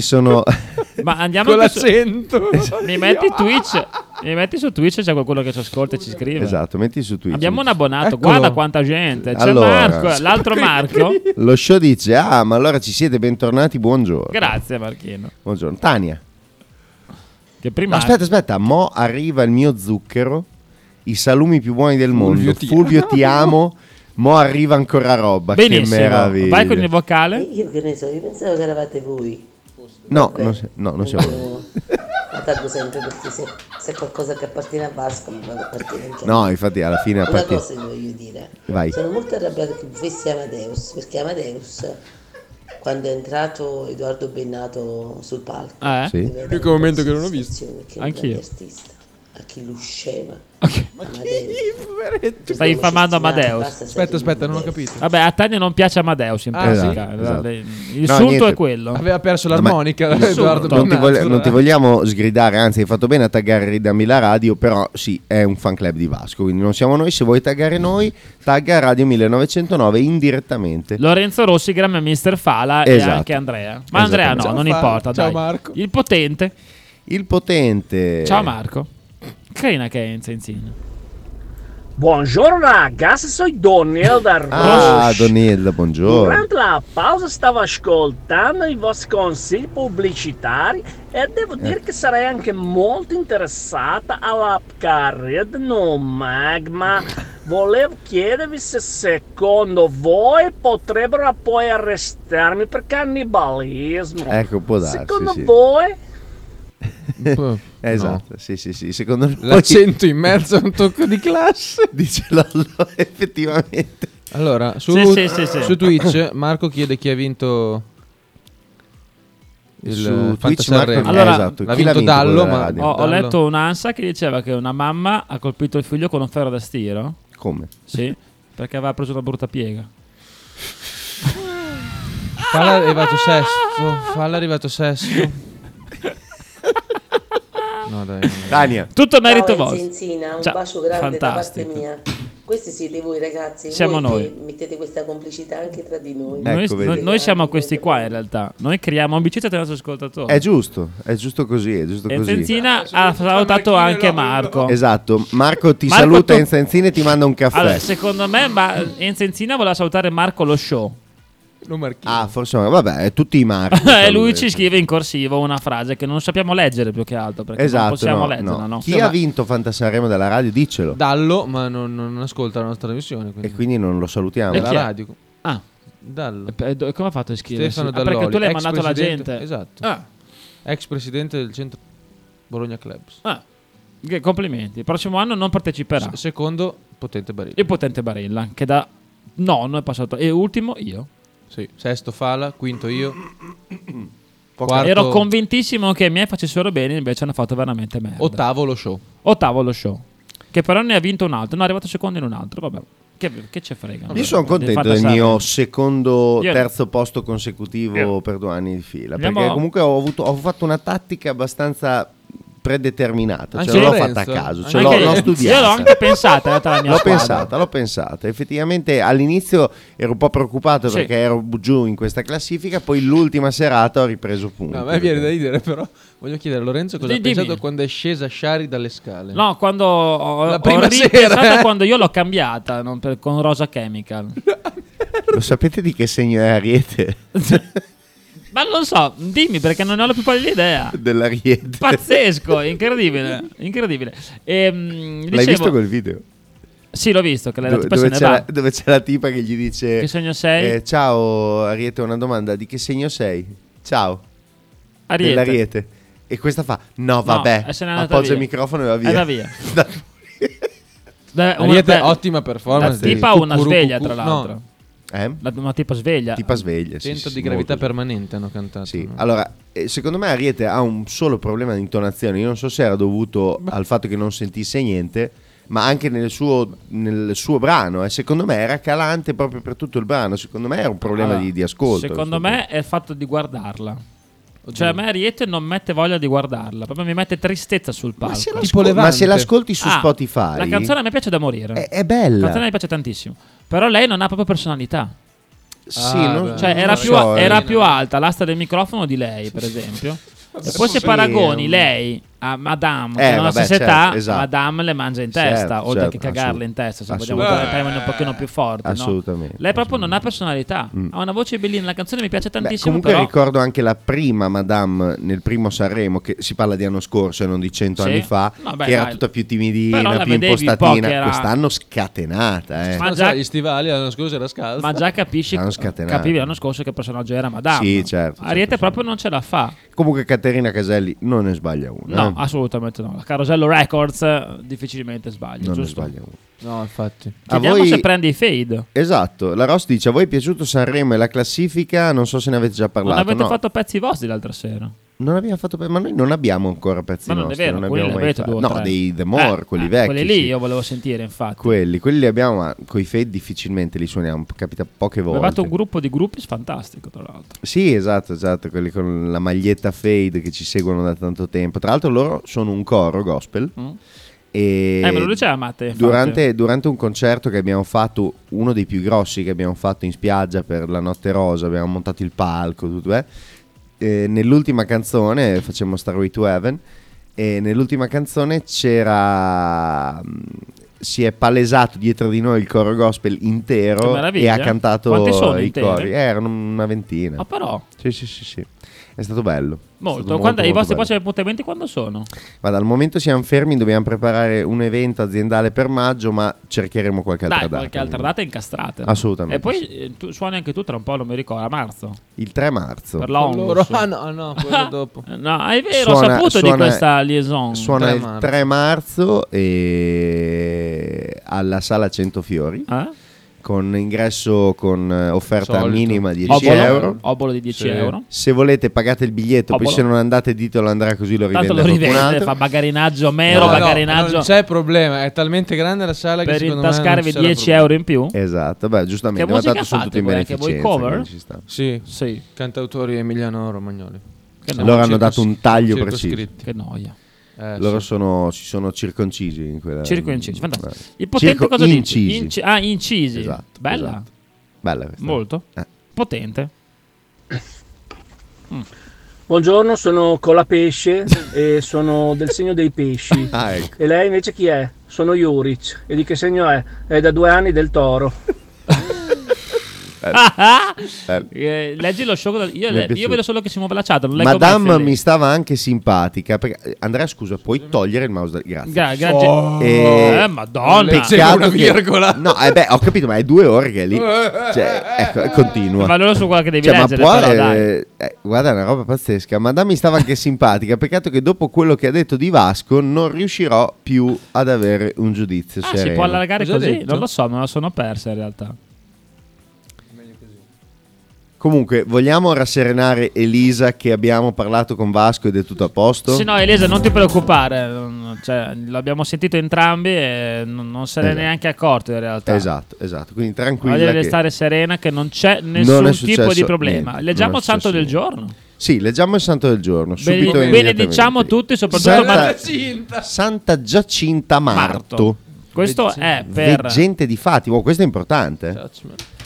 Speaker 2: [laughs]
Speaker 3: sono... [laughs]
Speaker 2: Ma andiamo
Speaker 4: Con
Speaker 2: anche su-
Speaker 4: l'accento.
Speaker 2: [laughs]
Speaker 4: ah,
Speaker 2: Mi metti Twitch. Mi metti su Twitch, c'è qualcuno che ci ascolta e ci scrive.
Speaker 3: esatto, metti su Twitch.
Speaker 2: Abbiamo un abbonato,
Speaker 3: Eccolo.
Speaker 2: guarda quanta gente. C'è
Speaker 3: Allora.
Speaker 2: Marco, l'altro Marco.
Speaker 3: Lo show dice, ah, ma allora ci siete, bentornati, buongiorno.
Speaker 2: Grazie Marchino.
Speaker 3: Buongiorno. Tania.
Speaker 2: Che prima
Speaker 3: No, aspetta, aspetta, mo arriva il mio zucchero, i salumi più buoni del mondo.
Speaker 2: Fulvio ti-
Speaker 3: Fulvio ti amo. Mo arriva ancora roba.
Speaker 2: Benissimo.
Speaker 3: Che meraviglia.
Speaker 2: Vai con il vocale.
Speaker 5: Io che ne so, io pensavo che eravate voi.
Speaker 3: No, non si- no, non siamo.
Speaker 5: Ma tanto sempre perché se, se è qualcosa che appartiene a Vasco mi fa appartiene anche a me.
Speaker 3: No, infatti alla fine
Speaker 5: Una
Speaker 3: appartiene-
Speaker 5: cosa ti voglio dire.
Speaker 3: Vai.
Speaker 5: Sono molto arrabbiato che fessi Amadeus, perché Amadeus, quando è entrato Edoardo Bennato sul palco,
Speaker 4: Ah, eh? Sì.
Speaker 5: doveva
Speaker 4: È
Speaker 5: dare
Speaker 4: l'unico momento che non ho
Speaker 5: sensazione
Speaker 4: visto.
Speaker 5: che non
Speaker 4: Anch'io.
Speaker 5: è artista, a chi lo scema.
Speaker 2: Stai infamando Amadeus.
Speaker 5: cioè,
Speaker 4: Aspetta, aspetta, non ho capito.
Speaker 2: Vabbè, a Tania non piece Amadeus in
Speaker 4: Ah,
Speaker 2: pratica.
Speaker 4: sì?
Speaker 2: Esatto.
Speaker 4: Esatto.
Speaker 2: Il
Speaker 3: No,
Speaker 2: sunto
Speaker 3: niente.
Speaker 2: è quello.
Speaker 4: Aveva perso
Speaker 3: Vabbè,
Speaker 4: l'armonica
Speaker 3: il sunto.
Speaker 4: Edoardo
Speaker 3: non, ti
Speaker 4: Bennato.
Speaker 3: voglio- non ti vogliamo sgridare, anzi hai fatto bene a taggare Ridami la radio, però sì, è un fan club di Vasco, quindi non siamo noi, se vuoi taggare noi, tagga Radio 1909 indirettamente.
Speaker 2: Lorenzo Rossigram e Mr. Fala e
Speaker 3: Esatto.
Speaker 2: anche Andrea. Ma Andrea no,
Speaker 3: Esattamente.
Speaker 2: non
Speaker 3: Ciao Fala,
Speaker 2: importa.
Speaker 3: ciao
Speaker 2: dai.
Speaker 3: Marco.
Speaker 2: Il potente.
Speaker 3: Il potente.
Speaker 2: Ciao Marco. Carina che è Enzo Enzina.
Speaker 1: Buongiorno ragazzi, sono Daniel da
Speaker 3: Ah,
Speaker 1: Rosso.
Speaker 3: Donilda, buongiorno.
Speaker 1: Durante la pausa stavo ascoltando i vostri consigli pubblicitari e devo
Speaker 3: Eh.
Speaker 1: dire che sarei anche molto interessata alla carriera di Nomag, ma volevo chiedervi se secondo voi potrebbero poi arrestarmi per cannibalismo.
Speaker 3: Ecco, può darsi,
Speaker 1: Secondo
Speaker 3: sì.
Speaker 1: voi?
Speaker 3: Esatto, sì, sì, sì, secondo noi...
Speaker 4: L'accento in mezzo a un tocco di classe.
Speaker 3: Dice Lollo, [laughs] effettivamente.
Speaker 4: Allora, su,
Speaker 3: Sì, sì, sì, sì.
Speaker 4: su Twitch Marco chiede chi ha vinto il
Speaker 3: Su
Speaker 4: Fanta
Speaker 3: Twitch
Speaker 4: Sanremo.
Speaker 3: Marco-
Speaker 4: allora,
Speaker 3: eh, esatto,
Speaker 4: l'ha
Speaker 3: chi l'ha
Speaker 4: vinto
Speaker 3: vinto
Speaker 4: Dallo,
Speaker 3: quello della
Speaker 4: ma
Speaker 3: radio?
Speaker 2: Ho, ho
Speaker 4: Dallo-
Speaker 2: letto un'ansa che diceva che una mamma ha colpito il figlio con un ferro da stiro.
Speaker 3: Come? [laughs]
Speaker 2: Sì, perché aveva preso una brutta piega.
Speaker 4: Falla è arrivato sesto, Falla è arrivato sesto. No, dai. non è-
Speaker 3: Tania.
Speaker 2: Tutto merito
Speaker 5: Ciao,
Speaker 2: vostro.
Speaker 5: Zenzina, un
Speaker 2: Ciao.
Speaker 5: bacio grande
Speaker 2: Fantastico.
Speaker 5: da parte mia. Questi siete voi ragazzi,
Speaker 2: Siamo
Speaker 5: voi
Speaker 2: noi.
Speaker 5: che mettete questa complicità anche tra di noi.
Speaker 2: Noi,
Speaker 3: Ecco, vedi.
Speaker 2: noi- noi siamo questi qua in realtà. Noi creiamo amicizia tra i nostri ascoltatori.
Speaker 3: È giusto, è giusto così, è giusto
Speaker 2: E
Speaker 3: così.
Speaker 4: Ah,
Speaker 2: Zenzina ha salutato anche Marco.
Speaker 3: Esatto, Marco ti
Speaker 2: Marco,
Speaker 3: saluta
Speaker 2: tu-
Speaker 3: Enza Enzini e ti manda un caffè.
Speaker 2: Allora, secondo me ma Enzenzina voleva salutare Marco lo
Speaker 3: [laughs]
Speaker 2: show.
Speaker 3: ah, forse vabbè, tutti
Speaker 2: [laughs]
Speaker 3: i Marco.
Speaker 2: e Eh, lui ci scrive in corsivo una frase che non sappiamo leggere più che altro perché
Speaker 3: Esatto,
Speaker 2: non possiamo
Speaker 3: no,
Speaker 2: leggerla,
Speaker 3: no.
Speaker 2: no. Cioè,
Speaker 3: Chi ha vinto Fantasanremo della radio? Diccelo.
Speaker 4: Dallo, ma non, non ascolta la nostra trasmissione. Quindi.
Speaker 3: E quindi non lo salutiamo.
Speaker 4: Dalla radio.
Speaker 2: Ah.
Speaker 4: Dallo.
Speaker 2: come ha fatto a scrivere?
Speaker 4: Stefano
Speaker 2: Ah, perché tu l'hai
Speaker 4: Dall'Oli, ex
Speaker 2: mandato alla
Speaker 4: presidente-
Speaker 2: gente.
Speaker 4: Esatto.
Speaker 2: Ah.
Speaker 4: Ex presidente del centro Bologna Clubs.
Speaker 2: Ah, che complimenti. Il prossimo anno non parteciperà.
Speaker 4: secondo Potente Barilla.
Speaker 2: Il potente Barilla, che da nonno è passato. E ultimo io.
Speaker 4: Sì. Sesto Fala, quinto io.
Speaker 2: Ero convintissimo che i miei facessero bene, invece hanno fatto veramente merda.
Speaker 4: Ottavo lo show.
Speaker 2: Ottavo lo show. Che però ne ha vinto un altro. No, è arrivato secondo in un altro. Vabbè. Che, che ce frega.
Speaker 3: Io sono contento
Speaker 2: Fatta
Speaker 3: del
Speaker 2: salva.
Speaker 3: mio secondo,
Speaker 2: Io-
Speaker 3: terzo posto consecutivo
Speaker 2: Io-
Speaker 3: per due anni di fila.
Speaker 2: Andiamo-
Speaker 3: Perché comunque ho, avuto- ho fatto una tattica abbastanza predeterminata,
Speaker 2: Anche
Speaker 3: cioè non l'ho
Speaker 2: Lorenzo?
Speaker 3: fatta a caso, cioè l'ho,
Speaker 2: Anche-
Speaker 3: l'ho studiata.
Speaker 2: Io l'ho anche pensata, in realtà,
Speaker 3: [laughs]
Speaker 2: la mia
Speaker 3: L'ho
Speaker 2: squadra.
Speaker 3: pensata, l'ho pensata. Effettivamente all'inizio ero un po' preoccupato
Speaker 2: Sì.
Speaker 3: perché ero giù in questa classifica, poi l'ultima serata ho ripreso punti.
Speaker 4: No, a me viene da ridere, però. Voglio chiedere a Lorenzo cosa
Speaker 2: Sì,
Speaker 4: ha
Speaker 2: dimmi.
Speaker 4: pensato quando è scesa Shari dalle scale.
Speaker 2: No, quando ho,
Speaker 4: La
Speaker 2: ho
Speaker 4: prima
Speaker 2: ripensato
Speaker 4: sera, eh.
Speaker 2: quando io l'ho cambiata non per- con Rosa
Speaker 3: [laughs]
Speaker 2: Chemical.
Speaker 3: Lo sapete di che segno è
Speaker 2: [laughs]
Speaker 3: Ariete?
Speaker 2: Ma non lo so, dimmi perché non ne ho la più pallida idea.
Speaker 3: Dell'Ariete.
Speaker 2: Pazzesco, incredibile, incredibile. Ehm,
Speaker 3: L'hai
Speaker 2: dicevo-
Speaker 3: visto quel video?
Speaker 2: Sì, l'ho visto, che la
Speaker 3: Dove-
Speaker 2: tipa se
Speaker 3: dove,
Speaker 2: ne
Speaker 3: c'è la,
Speaker 2: va.
Speaker 3: dove c'è la tipa che gli dice:
Speaker 2: Che segno sei?
Speaker 3: eh, ciao, Ariete, ho una domanda. Di che segno sei? Ciao,
Speaker 2: Ariete.
Speaker 3: dell'Ariete. E questa fa: No, vabbè,
Speaker 2: e se n'è andata
Speaker 3: appoggia il
Speaker 2: via.
Speaker 3: microfono e va via.
Speaker 2: E va via.
Speaker 3: [laughs] Da-
Speaker 2: Beh, una
Speaker 4: Ariete,
Speaker 2: bella-
Speaker 4: ottima performance.
Speaker 2: La tipa ha una
Speaker 4: Cucurucucu-
Speaker 2: sveglia, tra
Speaker 4: no.
Speaker 2: l'altro.
Speaker 3: Eh?
Speaker 2: La- Una tipa sveglia.
Speaker 3: Tipa sveglia. sì,
Speaker 4: Centro
Speaker 3: sì, sì,
Speaker 4: di gravità
Speaker 3: molto.
Speaker 4: permanente hanno cantato.
Speaker 3: Sì,
Speaker 4: no?
Speaker 3: allora, eh, secondo me Ariete ha un solo problema di intonazione. Io non so se era dovuto al fatto che non sentisse niente, ma anche nel suo, nel suo brano. eh, secondo me era calante proprio per tutto il brano. Secondo me era un problema
Speaker 2: Allora,
Speaker 3: di, di ascolto.
Speaker 2: Secondo me è il fatto di guardarla. Cioè, a me Ariete non mette voglia di guardarla, proprio mi mette tristezza sul palco. Ah,
Speaker 3: se l'ascol- Tipo Levante. ma se l'ascolti su Spotify-
Speaker 2: La canzone a me piace da morire.
Speaker 3: È- è bella.
Speaker 2: La canzone mi piace tantissimo. Però lei non ha proprio personalità.
Speaker 3: Sì, Ah, non- beh.
Speaker 2: cioè,
Speaker 3: non
Speaker 2: era,
Speaker 3: lo
Speaker 2: più,
Speaker 3: so,
Speaker 2: era
Speaker 3: eh.
Speaker 2: più alta l'asta del microfono di lei, per esempio. E poi se
Speaker 3: Sì,
Speaker 2: paragoni
Speaker 3: ehm.
Speaker 2: lei a Madame, che
Speaker 3: Eh,
Speaker 2: non ha la
Speaker 3: vabbè,
Speaker 2: stessa
Speaker 3: certo,
Speaker 2: età,
Speaker 3: esatto.
Speaker 2: Madame le mangia in
Speaker 3: Certo,
Speaker 2: testa, oltre
Speaker 3: certo,
Speaker 2: che cagarle
Speaker 3: assolut-
Speaker 2: in testa, se vogliamo dare
Speaker 3: assolutamente.
Speaker 2: un termine un pochino più forte. no?
Speaker 3: Assolutamente,
Speaker 2: Lei proprio non ha personalità,
Speaker 3: Mm.
Speaker 2: ha una voce bellina, la canzone mi piace
Speaker 3: Beh,
Speaker 2: tantissimo,
Speaker 3: comunque
Speaker 2: però...
Speaker 3: ricordo anche la prima Madame nel primo Sanremo, che si parla di anno scorso e non di cento
Speaker 2: Sì.
Speaker 3: anni fa,
Speaker 2: No, beh,
Speaker 3: che era
Speaker 2: dai.
Speaker 3: tutta più
Speaker 2: Però
Speaker 3: timidina,
Speaker 2: la
Speaker 3: più
Speaker 2: vedevi un po'
Speaker 3: impostatina.
Speaker 2: che era-
Speaker 3: Quest'anno scatenata, eh.
Speaker 2: Ma
Speaker 4: Non
Speaker 2: già-
Speaker 4: so, gli stivali l'anno scorso era scalzo.
Speaker 2: Ma già capisci,
Speaker 3: L'hanno scatenato.
Speaker 2: capivi l'anno scorso che personaggio era Madame.
Speaker 3: Sì, certo,
Speaker 2: Ariete proprio non ce la fa.
Speaker 3: Comunque Caterina Caselli non ne sbaglia una.
Speaker 2: No, ah, assolutamente no. La Carosello Records eh, difficilmente sbaglia,
Speaker 3: Non ne
Speaker 2: giusto?
Speaker 3: sbaglia uno.
Speaker 4: No, infatti.
Speaker 3: A
Speaker 2: Vediamo
Speaker 3: voi-
Speaker 2: se prende i fade.
Speaker 3: Esatto, la Ross dice: A voi è piaciuto Sanremo e la classifica? Non so se ne avete già
Speaker 2: Non
Speaker 3: parlato.
Speaker 2: avete
Speaker 3: no.
Speaker 2: fatto pezzi vostri l'altra sera.
Speaker 3: Non abbiamo fatto pe- ma noi non abbiamo ancora pezzi
Speaker 2: Ma non
Speaker 3: nostri.
Speaker 2: è vero,
Speaker 3: non
Speaker 2: quelli
Speaker 3: abbiamo
Speaker 2: li
Speaker 3: mai
Speaker 2: avete
Speaker 3: fatto.
Speaker 2: due o
Speaker 3: No,
Speaker 2: tre.
Speaker 3: dei The More,
Speaker 2: Eh,
Speaker 3: quelli
Speaker 2: eh,
Speaker 3: vecchi.
Speaker 2: Quelli lì
Speaker 3: sì.
Speaker 2: io volevo sentire, infatti.
Speaker 3: Quelli, quelli li abbiamo, ma coi fade difficilmente li suoniamo, capita poche volte.
Speaker 2: Avevate un gruppo di gruppi fantastico, tra l'altro.
Speaker 3: Sì, esatto, esatto, quelli con la maglietta fade che ci seguono da tanto tempo. Tra l'altro loro sono un coro gospel.
Speaker 2: Mm.
Speaker 3: E
Speaker 2: Eh, me lo diceva Matte, infatti.
Speaker 3: Durante, durante un concerto che abbiamo fatto, uno dei più grossi che abbiamo fatto in spiaggia per la Notte Rosa, abbiamo montato il palco, tutto, eh. Eh, nell'ultima canzone, facciamo Starway to Heaven, e nell'ultima canzone c'era... mh, Si è palesato dietro di noi il coro gospel
Speaker 2: Che
Speaker 3: intero e
Speaker 2: meraviglia.
Speaker 3: ha cantato
Speaker 2: Quanti sono
Speaker 3: i
Speaker 2: interi?
Speaker 3: cori. Eh, erano una ventina.
Speaker 2: Ah, però.
Speaker 3: Sì, sì, sì, sì. È stato bello. È
Speaker 2: Molto.
Speaker 3: stato
Speaker 2: Quando- I
Speaker 3: Eh.
Speaker 2: vostri
Speaker 3: molto bello.
Speaker 2: prossimi appuntamenti quando sono?
Speaker 3: Ma dal momento siamo fermi, dobbiamo preparare un evento aziendale per maggio, ma cercheremo qualche altra
Speaker 2: Dai,
Speaker 3: data.
Speaker 2: qualche altra data incastrate.
Speaker 3: Assolutamente,
Speaker 2: E poi eh, tu, suoni anche tu tra un po', non mi ricordo, a marzo.
Speaker 3: Il 3 marzo.
Speaker 2: Per la Onlus.
Speaker 4: Loro- [laughs] ah, no, ah, no,
Speaker 2: [laughs]
Speaker 4: quello dopo.
Speaker 2: No, è vero, ho saputo di
Speaker 3: suona- eh,
Speaker 2: questa liaison.
Speaker 3: Suona
Speaker 4: 3
Speaker 3: il
Speaker 4: marzo.
Speaker 3: 3 marzo e alla sala 100 fiori.
Speaker 2: Eh?
Speaker 3: Con ingresso con eh, offerta
Speaker 4: Solito.
Speaker 3: minima 10
Speaker 2: Obolo,
Speaker 3: euro.
Speaker 2: obolo di 10
Speaker 4: Sì.
Speaker 2: euro.
Speaker 3: Se volete pagate il biglietto, poi
Speaker 2: Obolo.
Speaker 3: se non andate ditelo andrà così lo rivende
Speaker 2: Tanto lo
Speaker 3: qualcun
Speaker 2: rivende,
Speaker 3: altro.
Speaker 2: fa bagarinaggio mero,
Speaker 4: No, no,
Speaker 2: bagarinaggio
Speaker 4: non c'è problema, è talmente grande la sala che
Speaker 2: per
Speaker 4: secondo me non
Speaker 2: intascarvi
Speaker 4: ci sarà
Speaker 2: 10
Speaker 4: problema.
Speaker 2: euro in più.
Speaker 3: Esatto, beh,
Speaker 2: Che
Speaker 3: giustamente, ma
Speaker 2: musica
Speaker 3: tanto sono tutti
Speaker 2: fate
Speaker 3: in
Speaker 2: voi? Anche voi
Speaker 3: beneficenza.
Speaker 2: cover?
Speaker 3: quindi ci sta.
Speaker 4: Sì,
Speaker 2: Sì,
Speaker 4: cantautori Emiliano Romagnoli.
Speaker 2: Che
Speaker 4: Siamo
Speaker 3: Loro hanno dato un taglio
Speaker 2: Certo,
Speaker 4: circoscritti.
Speaker 2: che noia.
Speaker 4: Eh,
Speaker 3: Loro
Speaker 4: sì.
Speaker 3: sono, si sono circoncisi in quella.
Speaker 2: Circo incisi, fantastico.
Speaker 3: Eh.
Speaker 2: Il potente
Speaker 3: Circo
Speaker 2: cosa
Speaker 3: incisi.
Speaker 2: dici? ah, incisi.
Speaker 3: Esatto,
Speaker 2: Bella,
Speaker 3: esatto. Bella questa.
Speaker 2: molto.
Speaker 3: Eh.
Speaker 2: Potente.
Speaker 1: Buongiorno, sono Colapesce e sono del segno dei pesci.
Speaker 3: [laughs] Ah, ecco.
Speaker 1: E lei invece chi è? Sono Juric. E di che segno è? È da due anni del toro.
Speaker 3: Bello.
Speaker 2: Eh, leggi lo show. Io,
Speaker 3: Mi è
Speaker 2: io
Speaker 3: piaciuto.
Speaker 2: vedo solo che si muove la chat. Non leggo
Speaker 3: Madame
Speaker 2: mai Fede.
Speaker 3: mi stava anche simpatica. perché- eh, Andrea, scusa, puoi togliere il mouse? da- Grazie.
Speaker 2: Gra- gra-
Speaker 3: E-
Speaker 2: eh, Madonna.
Speaker 3: Peccato che- No, eh beh, ho capito, ma è due
Speaker 2: [laughs]
Speaker 3: ore che è lì. Cioè, ecco, eh, continua.
Speaker 2: Ma allora su quella che devi
Speaker 3: Cioè, ma
Speaker 2: leggere,
Speaker 3: può,
Speaker 2: però, dai. Ah,
Speaker 3: eh, eh, guarda, è una roba pazzesca. Madame mi stava anche simpatica. Peccato che dopo quello che ha detto di Vasco, non riuscirò più ad avere un giudizio.
Speaker 2: Ah, si
Speaker 3: sereno.
Speaker 2: può allargare
Speaker 4: Cosa ha
Speaker 2: così?
Speaker 4: detto?
Speaker 2: Non lo so, me la sono persa in realtà.
Speaker 3: Comunque, vogliamo rasserenare Elisa che abbiamo parlato con Vasco ed è tutto a posto?
Speaker 2: Sì, no, Elisa, non ti preoccupare. non- cioè, l'abbiamo sentito entrambi e non, non se ne è
Speaker 3: Esatto.
Speaker 2: neanche accorto in realtà.
Speaker 3: Esatto, esatto. Quindi tranquilla.
Speaker 2: Voglio
Speaker 3: che-
Speaker 2: stare serena che non c'è
Speaker 3: Non
Speaker 2: nessun
Speaker 3: è
Speaker 2: tipo di
Speaker 3: successo
Speaker 2: problema.
Speaker 3: niente, non
Speaker 2: Leggiamo
Speaker 3: è
Speaker 2: il santo
Speaker 3: successo
Speaker 2: del
Speaker 3: niente.
Speaker 2: giorno.
Speaker 3: Sì, leggiamo il santo del giorno. Subito
Speaker 2: Bene,
Speaker 3: e
Speaker 2: bene,
Speaker 3: immediatamente.
Speaker 2: diciamo tutti, soprattutto
Speaker 3: Santa-
Speaker 2: Mar-
Speaker 3: Santa Giacinta Marto.
Speaker 2: Marto. Questo è per Cioè,
Speaker 3: Veggente di Fatima, Oh, questo è importante.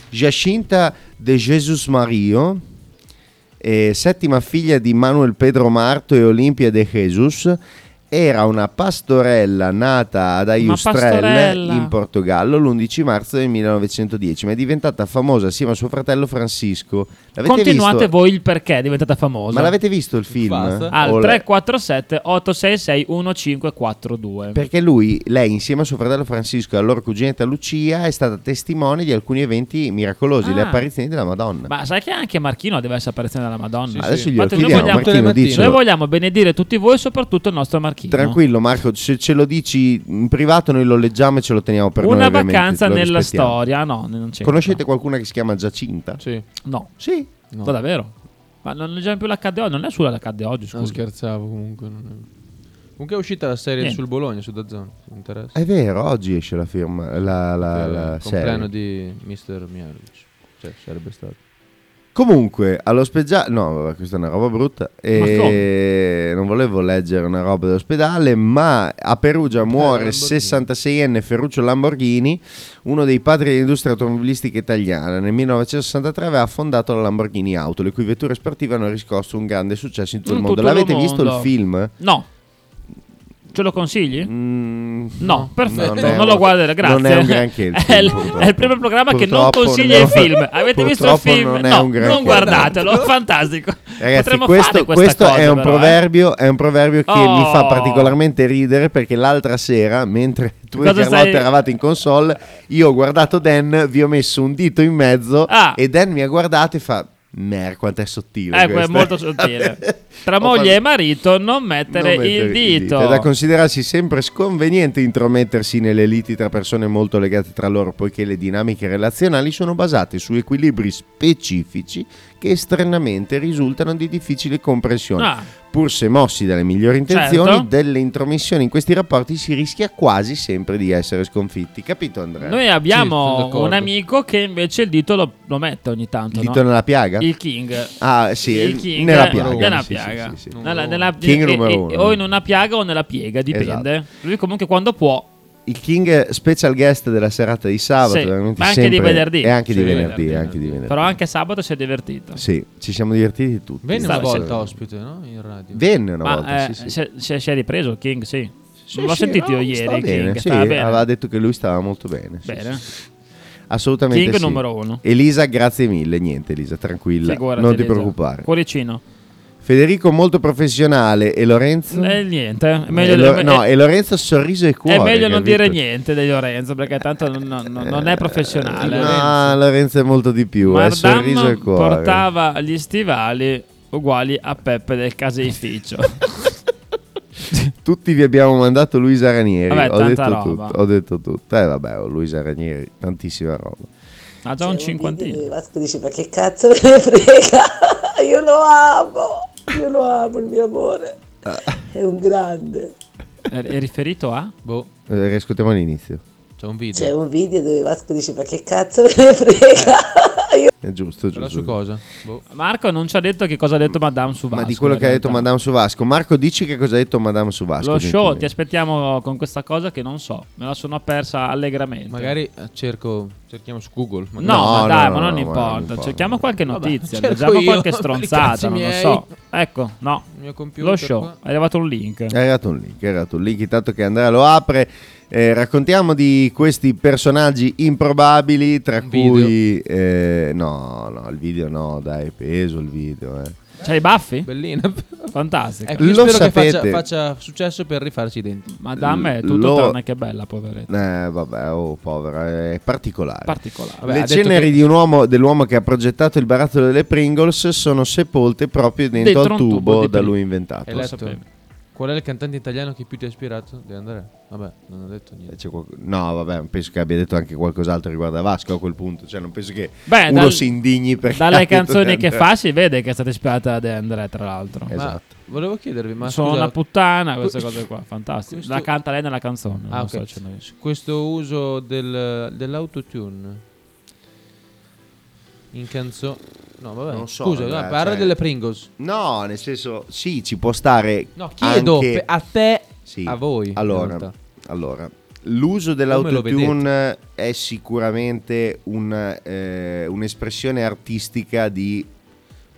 Speaker 3: Giacinta de Jesus Mario, eh, settima figlia di Manuel Pedro Marto e Olimpia de Jesus, era una pastorella nata ad Aiustrelle
Speaker 2: pastorella.
Speaker 3: in Portogallo l'11 marzo del 1910, ma è diventata famosa assieme a suo fratello Francisco. L'avete
Speaker 2: Continuate
Speaker 3: visto?
Speaker 2: voi il perché è diventata famosa.
Speaker 3: Ma l'avete visto il film? O
Speaker 2: Al
Speaker 3: la-
Speaker 2: 347 866 1542.
Speaker 3: Perché lui, lei insieme a suo fratello Francisco e alla loro cuginetta Lucia è stata testimone di alcuni eventi miracolosi, le
Speaker 2: Ah.
Speaker 3: apparizioni della Madonna.
Speaker 2: Ma sai che anche Marchino deve essere apparizione della Madonna?
Speaker 3: Sì, Adesso sì. glielo
Speaker 2: Infatti noi
Speaker 3: chiediamo,
Speaker 2: vogliamo-
Speaker 3: Marchino, dicelo.
Speaker 2: Noi vogliamo benedire tutti voi, soprattutto il nostro Marchino.
Speaker 3: Tranquillo Marco, se ce lo dici in privato noi lo leggiamo e ce lo teniamo per noi
Speaker 2: Una
Speaker 3: ovviamente,
Speaker 2: vacanza
Speaker 3: lo
Speaker 2: nella
Speaker 3: rispettiamo.
Speaker 2: storia, no, non c'è.
Speaker 3: Conoscete qualcuna che si chiama Giacinta?
Speaker 4: Sì.
Speaker 2: No.
Speaker 3: Sì.
Speaker 2: Ma davvero? Ma non leggiamo più la cadde oggi, non è sulla la cadde oggi, scusa.
Speaker 4: Non scherzavo comunque. non è- Comunque è uscita la serie
Speaker 2: Niente.
Speaker 4: sul Bologna, su Dazzone. se ti interessa.
Speaker 3: È vero, oggi esce la firma, la, la,
Speaker 4: Per
Speaker 3: Eh, la
Speaker 4: il compleanno
Speaker 3: serie.
Speaker 4: di Mr. Mialovic. Cioè, sarebbe stato.
Speaker 3: Comunque, all'ospedale... No, vabbè, questa è una roba brutta. E non volevo leggere una roba dell'ospedale, ma a
Speaker 2: Eh,
Speaker 3: Perugia muore 66enne Ferruccio Lamborghini, uno dei padri dell'industria automobilistica italiana. Nel 1963 aveva fondato la Lamborghini Auto, le cui vetture sportive hanno riscosso un grande successo in tutto
Speaker 2: In
Speaker 3: il mondo.
Speaker 2: tutto il
Speaker 3: L'avete
Speaker 2: mondo.
Speaker 3: visto il film?
Speaker 2: No. Ce lo consigli? no, perfetto.
Speaker 3: Mm, non
Speaker 2: Non,
Speaker 3: è-
Speaker 2: lo guarderò, grazie.
Speaker 3: non è un granché il
Speaker 2: [laughs] è, il-
Speaker 3: film, purtroppo.
Speaker 2: è il primo programma che
Speaker 3: Purtroppo
Speaker 2: non consiglia
Speaker 3: non-
Speaker 2: il film. Avete visto il
Speaker 3: purtroppo
Speaker 2: film?
Speaker 3: non è
Speaker 2: no,
Speaker 3: un granché.
Speaker 2: non guardatelo, fantastico.
Speaker 3: Ragazzi,
Speaker 2: Potremmo
Speaker 3: questo,
Speaker 2: fare questa
Speaker 3: questo
Speaker 2: cosa,
Speaker 3: è, un
Speaker 2: però, eh.
Speaker 3: proverbio, è un proverbio che
Speaker 2: Oh.
Speaker 3: mi fa particolarmente ridere perché l'altra sera, mentre tu e
Speaker 2: Cosa
Speaker 3: Carlotta
Speaker 2: stai-
Speaker 3: eravate in console, io ho guardato Dan, vi ho messo un dito in mezzo
Speaker 2: Ah.
Speaker 3: e Dan mi ha guardato e fa, mer, quanto è sottile.
Speaker 2: Ecco, è
Speaker 3: questo."
Speaker 2: molto
Speaker 3: [laughs]
Speaker 2: sottile. Tra
Speaker 3: Ho
Speaker 2: moglie
Speaker 3: fatto-
Speaker 2: e marito non mettere,
Speaker 3: Non mettere
Speaker 2: il dito.
Speaker 3: È da considerarsi sempre sconveniente intromettersi nelle liti tra persone molto legate tra loro, poiché le dinamiche relazionali sono basate su equilibri specifici che esternamente risultano di difficile comprensione.
Speaker 2: Ah.
Speaker 3: Pur se mossi dalle migliori intenzioni,
Speaker 2: Certo.
Speaker 3: delle intromissioni in questi rapporti si rischia quasi sempre di essere sconfitti. Capito Andrea?
Speaker 2: Noi
Speaker 3: Sì, sono
Speaker 2: abbiamo
Speaker 3: d'accordo.
Speaker 2: un amico che invece il dito lo, lo mette ogni tanto.
Speaker 3: Il
Speaker 2: no?
Speaker 3: dito nella piaga?
Speaker 2: Il King.
Speaker 3: Ah, sì,
Speaker 2: il
Speaker 3: il-
Speaker 2: King
Speaker 3: nella piaga,
Speaker 2: nella
Speaker 3: sì,
Speaker 2: piaga.
Speaker 3: sì, sì, sì.
Speaker 2: Nella- nella-
Speaker 3: King
Speaker 2: e-
Speaker 3: numero
Speaker 2: e-
Speaker 3: uno. Esatto.
Speaker 2: O in una piaga o nella piega, dipende. Lui comunque quando può.
Speaker 3: Il King special guest della serata di sabato,
Speaker 2: Sì,
Speaker 3: veramente
Speaker 2: ma anche di
Speaker 3: sempre-
Speaker 2: venerdì.
Speaker 3: E anche di
Speaker 2: Sì,
Speaker 3: venerdì,
Speaker 2: venerdì,
Speaker 3: anche di venerdì.
Speaker 2: Però anche sabato si è divertito.
Speaker 3: Esatto. Sì, ci siamo divertiti tutti.
Speaker 4: Venne
Speaker 3: Sì.
Speaker 4: una volta ospite, no? In radio.
Speaker 3: Venne una
Speaker 2: Ma
Speaker 3: volta,
Speaker 2: eh,
Speaker 3: sì, sì.
Speaker 2: si, è- si è- si è ripreso il King, sì.
Speaker 3: Sì,
Speaker 2: L'ho
Speaker 3: sì,
Speaker 2: sentito io
Speaker 3: no,
Speaker 2: ieri.
Speaker 3: stava
Speaker 2: il
Speaker 3: bene,
Speaker 2: King,
Speaker 3: sì,
Speaker 2: stava bene.
Speaker 3: aveva detto che lui stava molto bene. sì,
Speaker 2: Bene.
Speaker 3: sì, sì. Assolutamente
Speaker 2: King
Speaker 3: sì.
Speaker 2: numero uno.
Speaker 3: Elisa, grazie mille. Niente, Elisa, tranquilla.
Speaker 2: Figurati,
Speaker 3: non ti
Speaker 2: Elisa.
Speaker 3: preoccupare.
Speaker 2: Cuoricino.
Speaker 3: Federico molto professionale e Lorenzo?
Speaker 2: Eh, niente. È meglio,
Speaker 3: E Lo-
Speaker 2: è-
Speaker 3: no, e Lorenzo sorriso e cuore.
Speaker 2: è meglio non
Speaker 3: capito?
Speaker 2: dire
Speaker 3: Eh,
Speaker 2: niente di Lorenzo perché tanto non, non- non- non è professionale.
Speaker 3: No, Lorenzo è molto di più. È sorriso e
Speaker 2: Mardam
Speaker 3: cuore.
Speaker 2: portava gli stivali uguali a Peppe del
Speaker 4: [laughs]
Speaker 2: caseificio.
Speaker 3: Tutti vi abbiamo mandato Luisa Ranieri.
Speaker 2: Vabbè,
Speaker 3: ho,
Speaker 2: tanta
Speaker 3: detto
Speaker 2: roba.
Speaker 3: tutto, ho detto tutto. Eh, vabbè, oh, Luisa Ranieri, tantissima roba.
Speaker 2: ha già un cinquantino.
Speaker 5: Vasco dice ma Cioè, che cazzo [laughs] me ne frega io lo amo io lo amo il mio amore
Speaker 4: Ah.
Speaker 5: è un grande
Speaker 2: È, è riferito a?
Speaker 4: Boh,
Speaker 3: Eh, riascoltiamo all'inizio.
Speaker 4: c'è un video.
Speaker 5: c'è un video dove Vasco dice ma che cazzo me ne frega
Speaker 3: È giusto, giusto.
Speaker 4: su cosa? Boh.
Speaker 2: Marco non ci ha detto che cosa ha detto Madame su
Speaker 3: Ma
Speaker 2: Vasco,
Speaker 3: di quello
Speaker 2: in
Speaker 3: che ha detto
Speaker 2: realtà.
Speaker 3: Madame Suvasco. Marco, dici che cosa ha detto Madame Suvasco?
Speaker 2: Lo show, ti
Speaker 3: gentilmente.
Speaker 2: aspettiamo con questa cosa che non so, me la sono persa allegramente.
Speaker 4: Magari eh, cerco, cerchiamo su Google.
Speaker 2: No,
Speaker 4: magari.
Speaker 2: ma
Speaker 3: No,
Speaker 2: dai, ma
Speaker 3: no, no,
Speaker 2: non
Speaker 3: no, ma non
Speaker 2: importa.
Speaker 3: importa.
Speaker 2: Cerchiamo qualche
Speaker 4: Vabbè,
Speaker 2: notizia,
Speaker 4: cerco
Speaker 2: leggiamo
Speaker 4: io,
Speaker 2: qualche
Speaker 4: per [laughs] i
Speaker 2: stronzata,
Speaker 4: cazzi
Speaker 2: non lo
Speaker 4: miei.
Speaker 2: so. Ecco, no.
Speaker 4: Il mio computer
Speaker 2: Lo show,
Speaker 4: qua.
Speaker 2: è arrivato un link.
Speaker 3: È arrivato un link, è arrivato un link. Intanto che Andrea lo apre, eh, raccontiamo di questi personaggi improbabili. Tra
Speaker 4: video.
Speaker 3: cui, eh, no, no, il video no, dai, peso il video. eh.
Speaker 2: C'hai i baffi?
Speaker 4: Bellina.
Speaker 2: Fantastico.
Speaker 4: Ecco, io
Speaker 3: Lo
Speaker 4: spero
Speaker 3: sapete.
Speaker 4: che faccia, faccia successo per rifarsi i denti.
Speaker 2: Madame è tutto
Speaker 3: Lo-
Speaker 2: tranne che bella, poveretta.
Speaker 3: Eh, vabbè, oh, povera, è particolare.
Speaker 2: Particolare.
Speaker 4: Vabbè, ha
Speaker 3: Le
Speaker 4: detto
Speaker 3: ceneri
Speaker 4: che-
Speaker 3: di un uomo- dell'uomo che ha progettato il barattolo delle Pringles sono sepolte proprio dentro,
Speaker 2: Dentro
Speaker 3: al
Speaker 2: un
Speaker 3: tubo,
Speaker 2: tubo di
Speaker 3: da
Speaker 2: Pringles.
Speaker 3: lui
Speaker 4: Hai
Speaker 3: inventato.
Speaker 4: letto?
Speaker 2: sapevo.
Speaker 4: Qual è il cantante italiano che più ti ha ispirato? Deve andare. Vabbè, non ho detto niente.
Speaker 3: Eh, C'è qualc- No, vabbè, penso che abbia detto anche qualcos'altro riguardo a Vasco a quel punto. Cioè, non penso che
Speaker 2: Beh,
Speaker 3: uno
Speaker 2: dal-
Speaker 3: si indigni perché ha
Speaker 2: Dalle
Speaker 3: detto
Speaker 2: canzoni che
Speaker 3: Andrea.
Speaker 2: fa si vede che è stata ispirata da De André, tra l'altro.
Speaker 3: Esatto.
Speaker 4: Ma volevo chiedervi, ma
Speaker 2: Sono
Speaker 4: scusa,
Speaker 2: una puttana, queste
Speaker 4: questo-
Speaker 2: cose qua, fantastico.
Speaker 4: questo-
Speaker 2: La canta lei nella canzone.
Speaker 4: Ah,
Speaker 2: non
Speaker 4: ok.
Speaker 2: sto dicendo io.
Speaker 4: questo uso del, dell'autotune in canzone No, vabbè.
Speaker 3: Non so,
Speaker 4: Scusa,
Speaker 3: vabbè,
Speaker 4: no, parla
Speaker 3: cioè-
Speaker 4: delle Pringles.
Speaker 3: No, nel senso, sì, ci può stare.
Speaker 4: No, chiedo
Speaker 3: anche-
Speaker 4: pe- a te,
Speaker 3: Sì.
Speaker 4: a voi. in
Speaker 3: Allora,
Speaker 4: realtà.
Speaker 3: allora, l'uso dell'autotune è sicuramente un, eh, un'espressione artistica di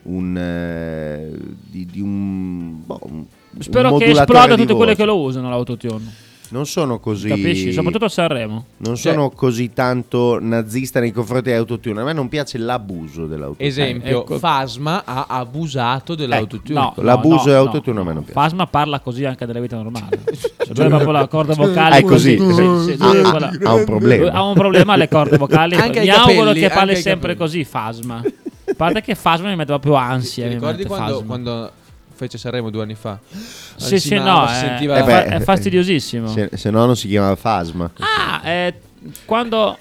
Speaker 3: un, eh, di, di un, boh, un- un
Speaker 2: Spero che
Speaker 3: modulatore
Speaker 2: esploda
Speaker 3: di
Speaker 2: tutte quelle
Speaker 3: voce.
Speaker 2: che lo usano l'autotune.
Speaker 3: non sono così
Speaker 2: Capisci? Soprattutto cioè a Sanremo.
Speaker 3: non sono così tanto nazista nei confronti dell'autotune. A me non piace l'abuso dell'autotune.
Speaker 4: Esempio,
Speaker 2: Ecco.
Speaker 4: Fasma ha abusato dell'autotune.
Speaker 2: Eh, no,
Speaker 3: L'abuso
Speaker 2: no, no,
Speaker 3: dell'autotune a me non piace.
Speaker 2: Fasma parla così anche della vita
Speaker 3: [laughs]
Speaker 2: normale. Cioè, lui ha proprio la corda vocale.
Speaker 3: Ah, è così.
Speaker 2: Sì, sì,
Speaker 3: Ah,
Speaker 2: lui ha quella-
Speaker 3: ha un problema.
Speaker 2: Ha un problema alle corde vocali.
Speaker 4: Anche ai
Speaker 2: mi auguro
Speaker 4: capelli,
Speaker 2: che
Speaker 4: anche
Speaker 2: parli
Speaker 4: ai
Speaker 2: sempre così, Fasma. A parte che Fasma mi mette proprio ansia.
Speaker 4: Ti
Speaker 2: mi
Speaker 4: ricordi
Speaker 2: mette
Speaker 4: quando,
Speaker 2: Fasma.
Speaker 4: quando fece Sanremo due anni fa?
Speaker 2: Sì, sì,
Speaker 4: Ansimava,
Speaker 2: no,
Speaker 4: si
Speaker 2: eh.
Speaker 4: sentiva-
Speaker 2: Eh beh,
Speaker 4: Fa-
Speaker 2: è fastidiosissimo.
Speaker 3: Se, se no, non si chiamava Fasma.
Speaker 2: Ah, eh, quando.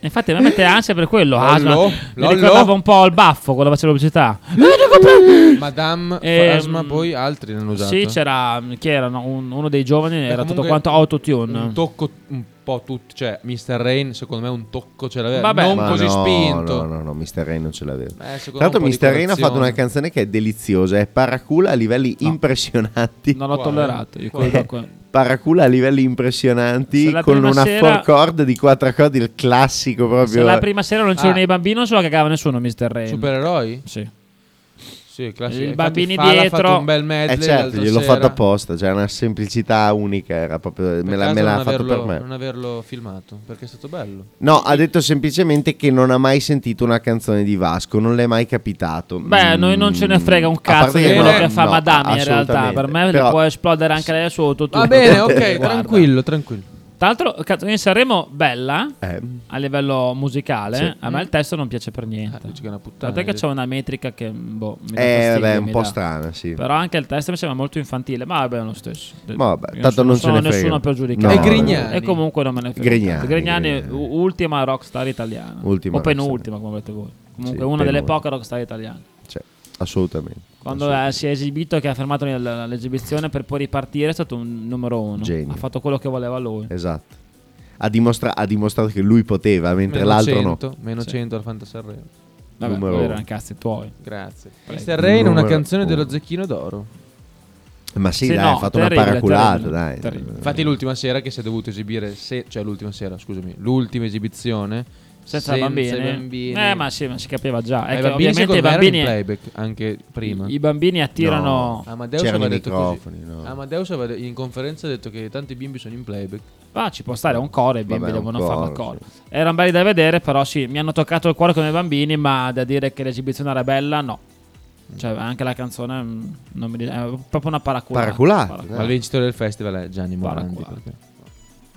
Speaker 2: Infatti, a me mette ansia per quello.
Speaker 4: Mm. Lollo,
Speaker 2: Asma. Mi
Speaker 4: lollo.
Speaker 2: ricordava un po' il baffo quando faceva la pubblicità.
Speaker 4: Madame
Speaker 2: Ehm,
Speaker 4: Fasma, poi altri l'hanno usato.
Speaker 2: Sì, c'era. Chi era? No, un- uno dei giovani
Speaker 4: Beh,
Speaker 2: era tutto
Speaker 4: Esatto. Eh, comunque
Speaker 2: quanto autotune.
Speaker 4: Un tocco un po' tutti, cioè Mr. Rain secondo me un tocco ce l'aveva,
Speaker 2: Vabbè.
Speaker 4: non
Speaker 3: Ma
Speaker 4: così
Speaker 3: no,
Speaker 4: spinto.
Speaker 3: No, no, no, Mr. Rain non ce l'aveva.
Speaker 4: Eh, secondo
Speaker 3: Tanto
Speaker 4: me un po' di
Speaker 3: Mr. Rain ha fatto
Speaker 4: colazione.
Speaker 3: una canzone che è deliziosa, è Paracula a livelli impressionanti.
Speaker 2: Non l'ho
Speaker 4: Guarda,
Speaker 2: tollerato. Io
Speaker 4: guarda.
Speaker 2: quello qua.
Speaker 3: Paracula a livelli impressionanti
Speaker 2: Se la
Speaker 3: con
Speaker 2: prima
Speaker 3: una
Speaker 2: sera-
Speaker 3: four chord di quattro accordi, il classico
Speaker 2: Se
Speaker 3: proprio.
Speaker 2: la prima sera non c'erano
Speaker 4: Ah.
Speaker 2: i bambini, non se la cagava nessuno. Mr. Rain.
Speaker 4: Supereroi?
Speaker 2: Sì.
Speaker 4: Sì, classico.
Speaker 2: I
Speaker 4: Infatti
Speaker 2: bambini
Speaker 4: Fala ha
Speaker 2: dietro.
Speaker 4: fatto un bel medley
Speaker 3: Eh certo,
Speaker 4: l'altra
Speaker 3: gliel'ho
Speaker 4: sera.
Speaker 3: fatto apposta, cioè una semplicità unica, era proprio, me l'ha,
Speaker 4: Peccato
Speaker 3: me l'ha
Speaker 4: non
Speaker 3: fatto
Speaker 4: averlo-
Speaker 3: per me.
Speaker 4: Non averlo filmato, perché è stato bello.
Speaker 3: No, ha detto semplicemente che non ha mai sentito una canzone di Vasco, non le è mai capitato.
Speaker 2: Beh,
Speaker 3: Mm,
Speaker 2: noi non ce ne frega un
Speaker 3: a parte
Speaker 2: cazzo di quello
Speaker 3: no,
Speaker 2: che fa
Speaker 3: no,
Speaker 2: Madame. In realtà, per me
Speaker 3: assolutamente. Però- eh,
Speaker 2: può esplodere anche lei su autotune.
Speaker 4: Va
Speaker 2: [laughs]
Speaker 4: bene, ok,
Speaker 2: Guarda.
Speaker 4: tranquillo, tranquillo.
Speaker 2: Tra l'altro, cazzo, in Sanremo, bella.
Speaker 3: Eh,
Speaker 2: a livello musicale,
Speaker 3: Sì.
Speaker 2: a me il testo non piace per niente.
Speaker 4: Ah, Dici che è una puttana.
Speaker 2: Guardate che c'è una metrica che boh, mi dà
Speaker 3: eh,
Speaker 2: fastidio,
Speaker 3: vabbè, un
Speaker 2: mi
Speaker 3: po'
Speaker 2: dà.
Speaker 3: strana, sì.
Speaker 2: Però anche il testo mi sembra molto infantile, ma vabbè, è lo stesso.
Speaker 3: Ma vabbè,
Speaker 2: Io
Speaker 3: tanto non
Speaker 2: sono
Speaker 3: ce ne frega.
Speaker 2: nessuno per giudicare.
Speaker 3: No,
Speaker 4: E Grignani?
Speaker 2: E comunque non me ne frega.
Speaker 3: Grignani,
Speaker 2: niente. Grignani,
Speaker 3: Grignani.
Speaker 2: u- ultima rockstar italiana.
Speaker 3: Ultima
Speaker 2: o penultima, come volete voi. Comunque una delle
Speaker 3: penultima.
Speaker 2: poche rockstar italiane.
Speaker 3: Cioè, assolutamente.
Speaker 2: Quando eh, si è esibito, che ha fermato nel- l'esibizione per poi ripartire, è stato un numero uno.
Speaker 3: Genio.
Speaker 2: Ha fatto quello che voleva lui.
Speaker 3: Esatto. Ha, dimostra- ha dimostrato che lui poteva, mentre
Speaker 4: Meno
Speaker 3: l'altro
Speaker 4: 100,
Speaker 3: no.
Speaker 4: Meno
Speaker 2: Sì.
Speaker 4: 100 al Fantasarremo.
Speaker 2: Vabbè,
Speaker 3: numero
Speaker 2: quelli
Speaker 3: uno.
Speaker 2: erano cazzi tuoi.
Speaker 4: Grazie.
Speaker 2: Prego.
Speaker 4: Mr. Rain, una
Speaker 3: Numero
Speaker 4: canzone dello
Speaker 3: uno.
Speaker 4: Zecchino d'Oro.
Speaker 3: Ma sì,
Speaker 2: Sì,
Speaker 3: dai,
Speaker 2: no,
Speaker 3: ha fatto
Speaker 2: terribile,
Speaker 3: una paraculata,
Speaker 2: terribile,
Speaker 3: dai.
Speaker 2: terribile.
Speaker 4: Infatti l'ultima sera che si è dovuto esibire, se- cioè l'ultima sera, scusami, l'ultima esibizione
Speaker 2: senza,
Speaker 4: i
Speaker 2: bambini.
Speaker 4: bambini. Eh,
Speaker 2: Eh, ma sì, ma si capiva già.
Speaker 4: Ma
Speaker 2: È
Speaker 4: i
Speaker 2: che
Speaker 4: bambini
Speaker 2: ovviamente i
Speaker 4: secondo me erano in
Speaker 2: bambini,
Speaker 4: playback anche prima.
Speaker 2: i bambini attirano.
Speaker 4: Amadeus
Speaker 3: C'erano
Speaker 4: aveva
Speaker 3: i
Speaker 4: detto così.
Speaker 3: microfoni, no.
Speaker 4: Amadeus aveva de- in conferenza ha detto che tanti bimbi sono in playback.
Speaker 2: Ah, ci può stare un core, i bimbi
Speaker 3: Vabbè, un
Speaker 2: devono farlo un
Speaker 3: coro,
Speaker 2: core. Erano belli da vedere, però sì, mi hanno toccato il cuore come bambini, ma da dire che l'esibizione era bella, no. Cioè, anche la canzone mm, non mi dice, è proprio una paraculata.
Speaker 3: Paraculata,
Speaker 4: Ma il vincitore del festival è Gianni Morandi.
Speaker 2: Paraculo.
Speaker 4: perché-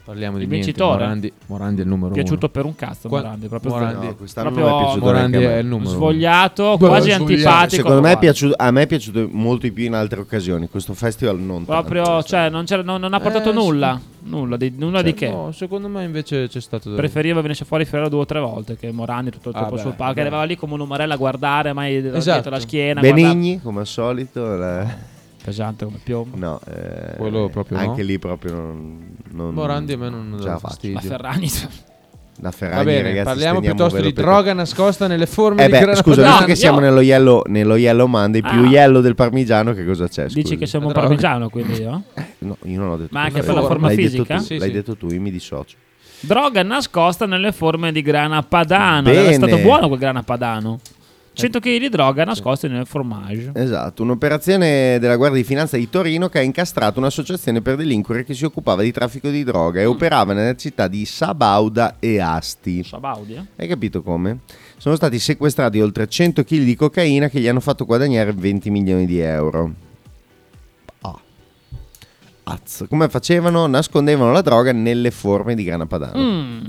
Speaker 4: Parliamo di
Speaker 2: Il
Speaker 4: niente,
Speaker 2: vincitore?
Speaker 4: Morandi, Morandi è il numero
Speaker 2: Piaciuto
Speaker 4: uno.
Speaker 2: per un cazzo,
Speaker 4: Qua-
Speaker 2: Morandi. Proprio
Speaker 4: Morandi.
Speaker 3: No,
Speaker 4: No,
Speaker 3: quest'anno
Speaker 2: proprio
Speaker 3: non è piaciuto
Speaker 4: Morandi
Speaker 3: neanche a me. Cioè,
Speaker 4: è il numero uno.
Speaker 2: svogliato,
Speaker 4: Beh,
Speaker 2: quasi
Speaker 4: svogliato.
Speaker 2: antipatico.
Speaker 3: Secondo me è
Speaker 2: guarda.
Speaker 3: piaciuto, a me è piaciuto molto di più in altre occasioni. Questo festival non
Speaker 2: Proprio,
Speaker 3: tanto.
Speaker 2: cioè, non, c'era- non- non ha portato
Speaker 4: Eh, sì.
Speaker 2: nulla. Nulla di, nulla di che.
Speaker 4: Cioè, No, secondo me invece c'è stato
Speaker 2: Preferiva venisse fuori Ferrero due o tre volte che Morandi tutto il
Speaker 4: Ah,
Speaker 2: tempo
Speaker 4: beh,
Speaker 2: sul palco.
Speaker 4: beh.
Speaker 2: Arrivava lì come un umarello a guardare, mai dietro
Speaker 4: Esatto.
Speaker 2: la schiena. guardava-
Speaker 3: Benigni, come al solito. la-
Speaker 2: Pesante come piombo.
Speaker 3: No, eh,
Speaker 4: Quello proprio
Speaker 3: anche
Speaker 4: no.
Speaker 3: lì proprio non, non
Speaker 4: Morandi a me non
Speaker 3: ce
Speaker 4: dà
Speaker 3: la faccio.
Speaker 4: fastidio.
Speaker 2: Ma Ferragni.
Speaker 3: La Ferragni,
Speaker 4: Va bene,
Speaker 3: ragazzi, stendiamo
Speaker 4: parliamo piuttosto
Speaker 3: velo
Speaker 4: di
Speaker 3: per-
Speaker 4: droga nascosta nelle forme
Speaker 3: Eh
Speaker 4: di grana
Speaker 3: beh, scusa,
Speaker 2: No,
Speaker 3: visto
Speaker 2: io-
Speaker 3: che siamo nello yellow, nello yellow Monday, più
Speaker 2: Ah.
Speaker 3: yellow del parmigiano, che cosa c'è?
Speaker 2: Dici
Speaker 3: scusi?
Speaker 2: che siamo un
Speaker 4: Droga.
Speaker 2: parmigiano, quindi eh?
Speaker 4: [laughs]
Speaker 2: io.
Speaker 3: No, io non ho detto
Speaker 2: Ma anche
Speaker 3: così.
Speaker 2: per la forma
Speaker 3: l'hai
Speaker 2: fisica?
Speaker 3: Detto tu,
Speaker 4: Sì,
Speaker 3: l'hai
Speaker 4: sì.
Speaker 3: detto tu, io mi dissocio.
Speaker 2: Droga nascosta nelle forme di grana padano.
Speaker 3: Bene.
Speaker 2: Era stato buono quel grana padano. 100 kg di droga nascosta nel formaggio.
Speaker 3: Esatto, un'operazione della Guardia di Finanza di Torino che ha incastrato un'associazione per delinquere che si occupava di traffico di droga e
Speaker 2: Mm.
Speaker 3: operava nella città di Sabauda e Asti.
Speaker 2: Sabaudi, eh?
Speaker 3: Hai capito come? Sono stati sequestrati oltre 100 kg di cocaina che gli hanno fatto guadagnare 20 milioni di euro. Ah. Azzo. Come facevano? Nascondevano la droga nelle forme di grana padano.
Speaker 2: Mm,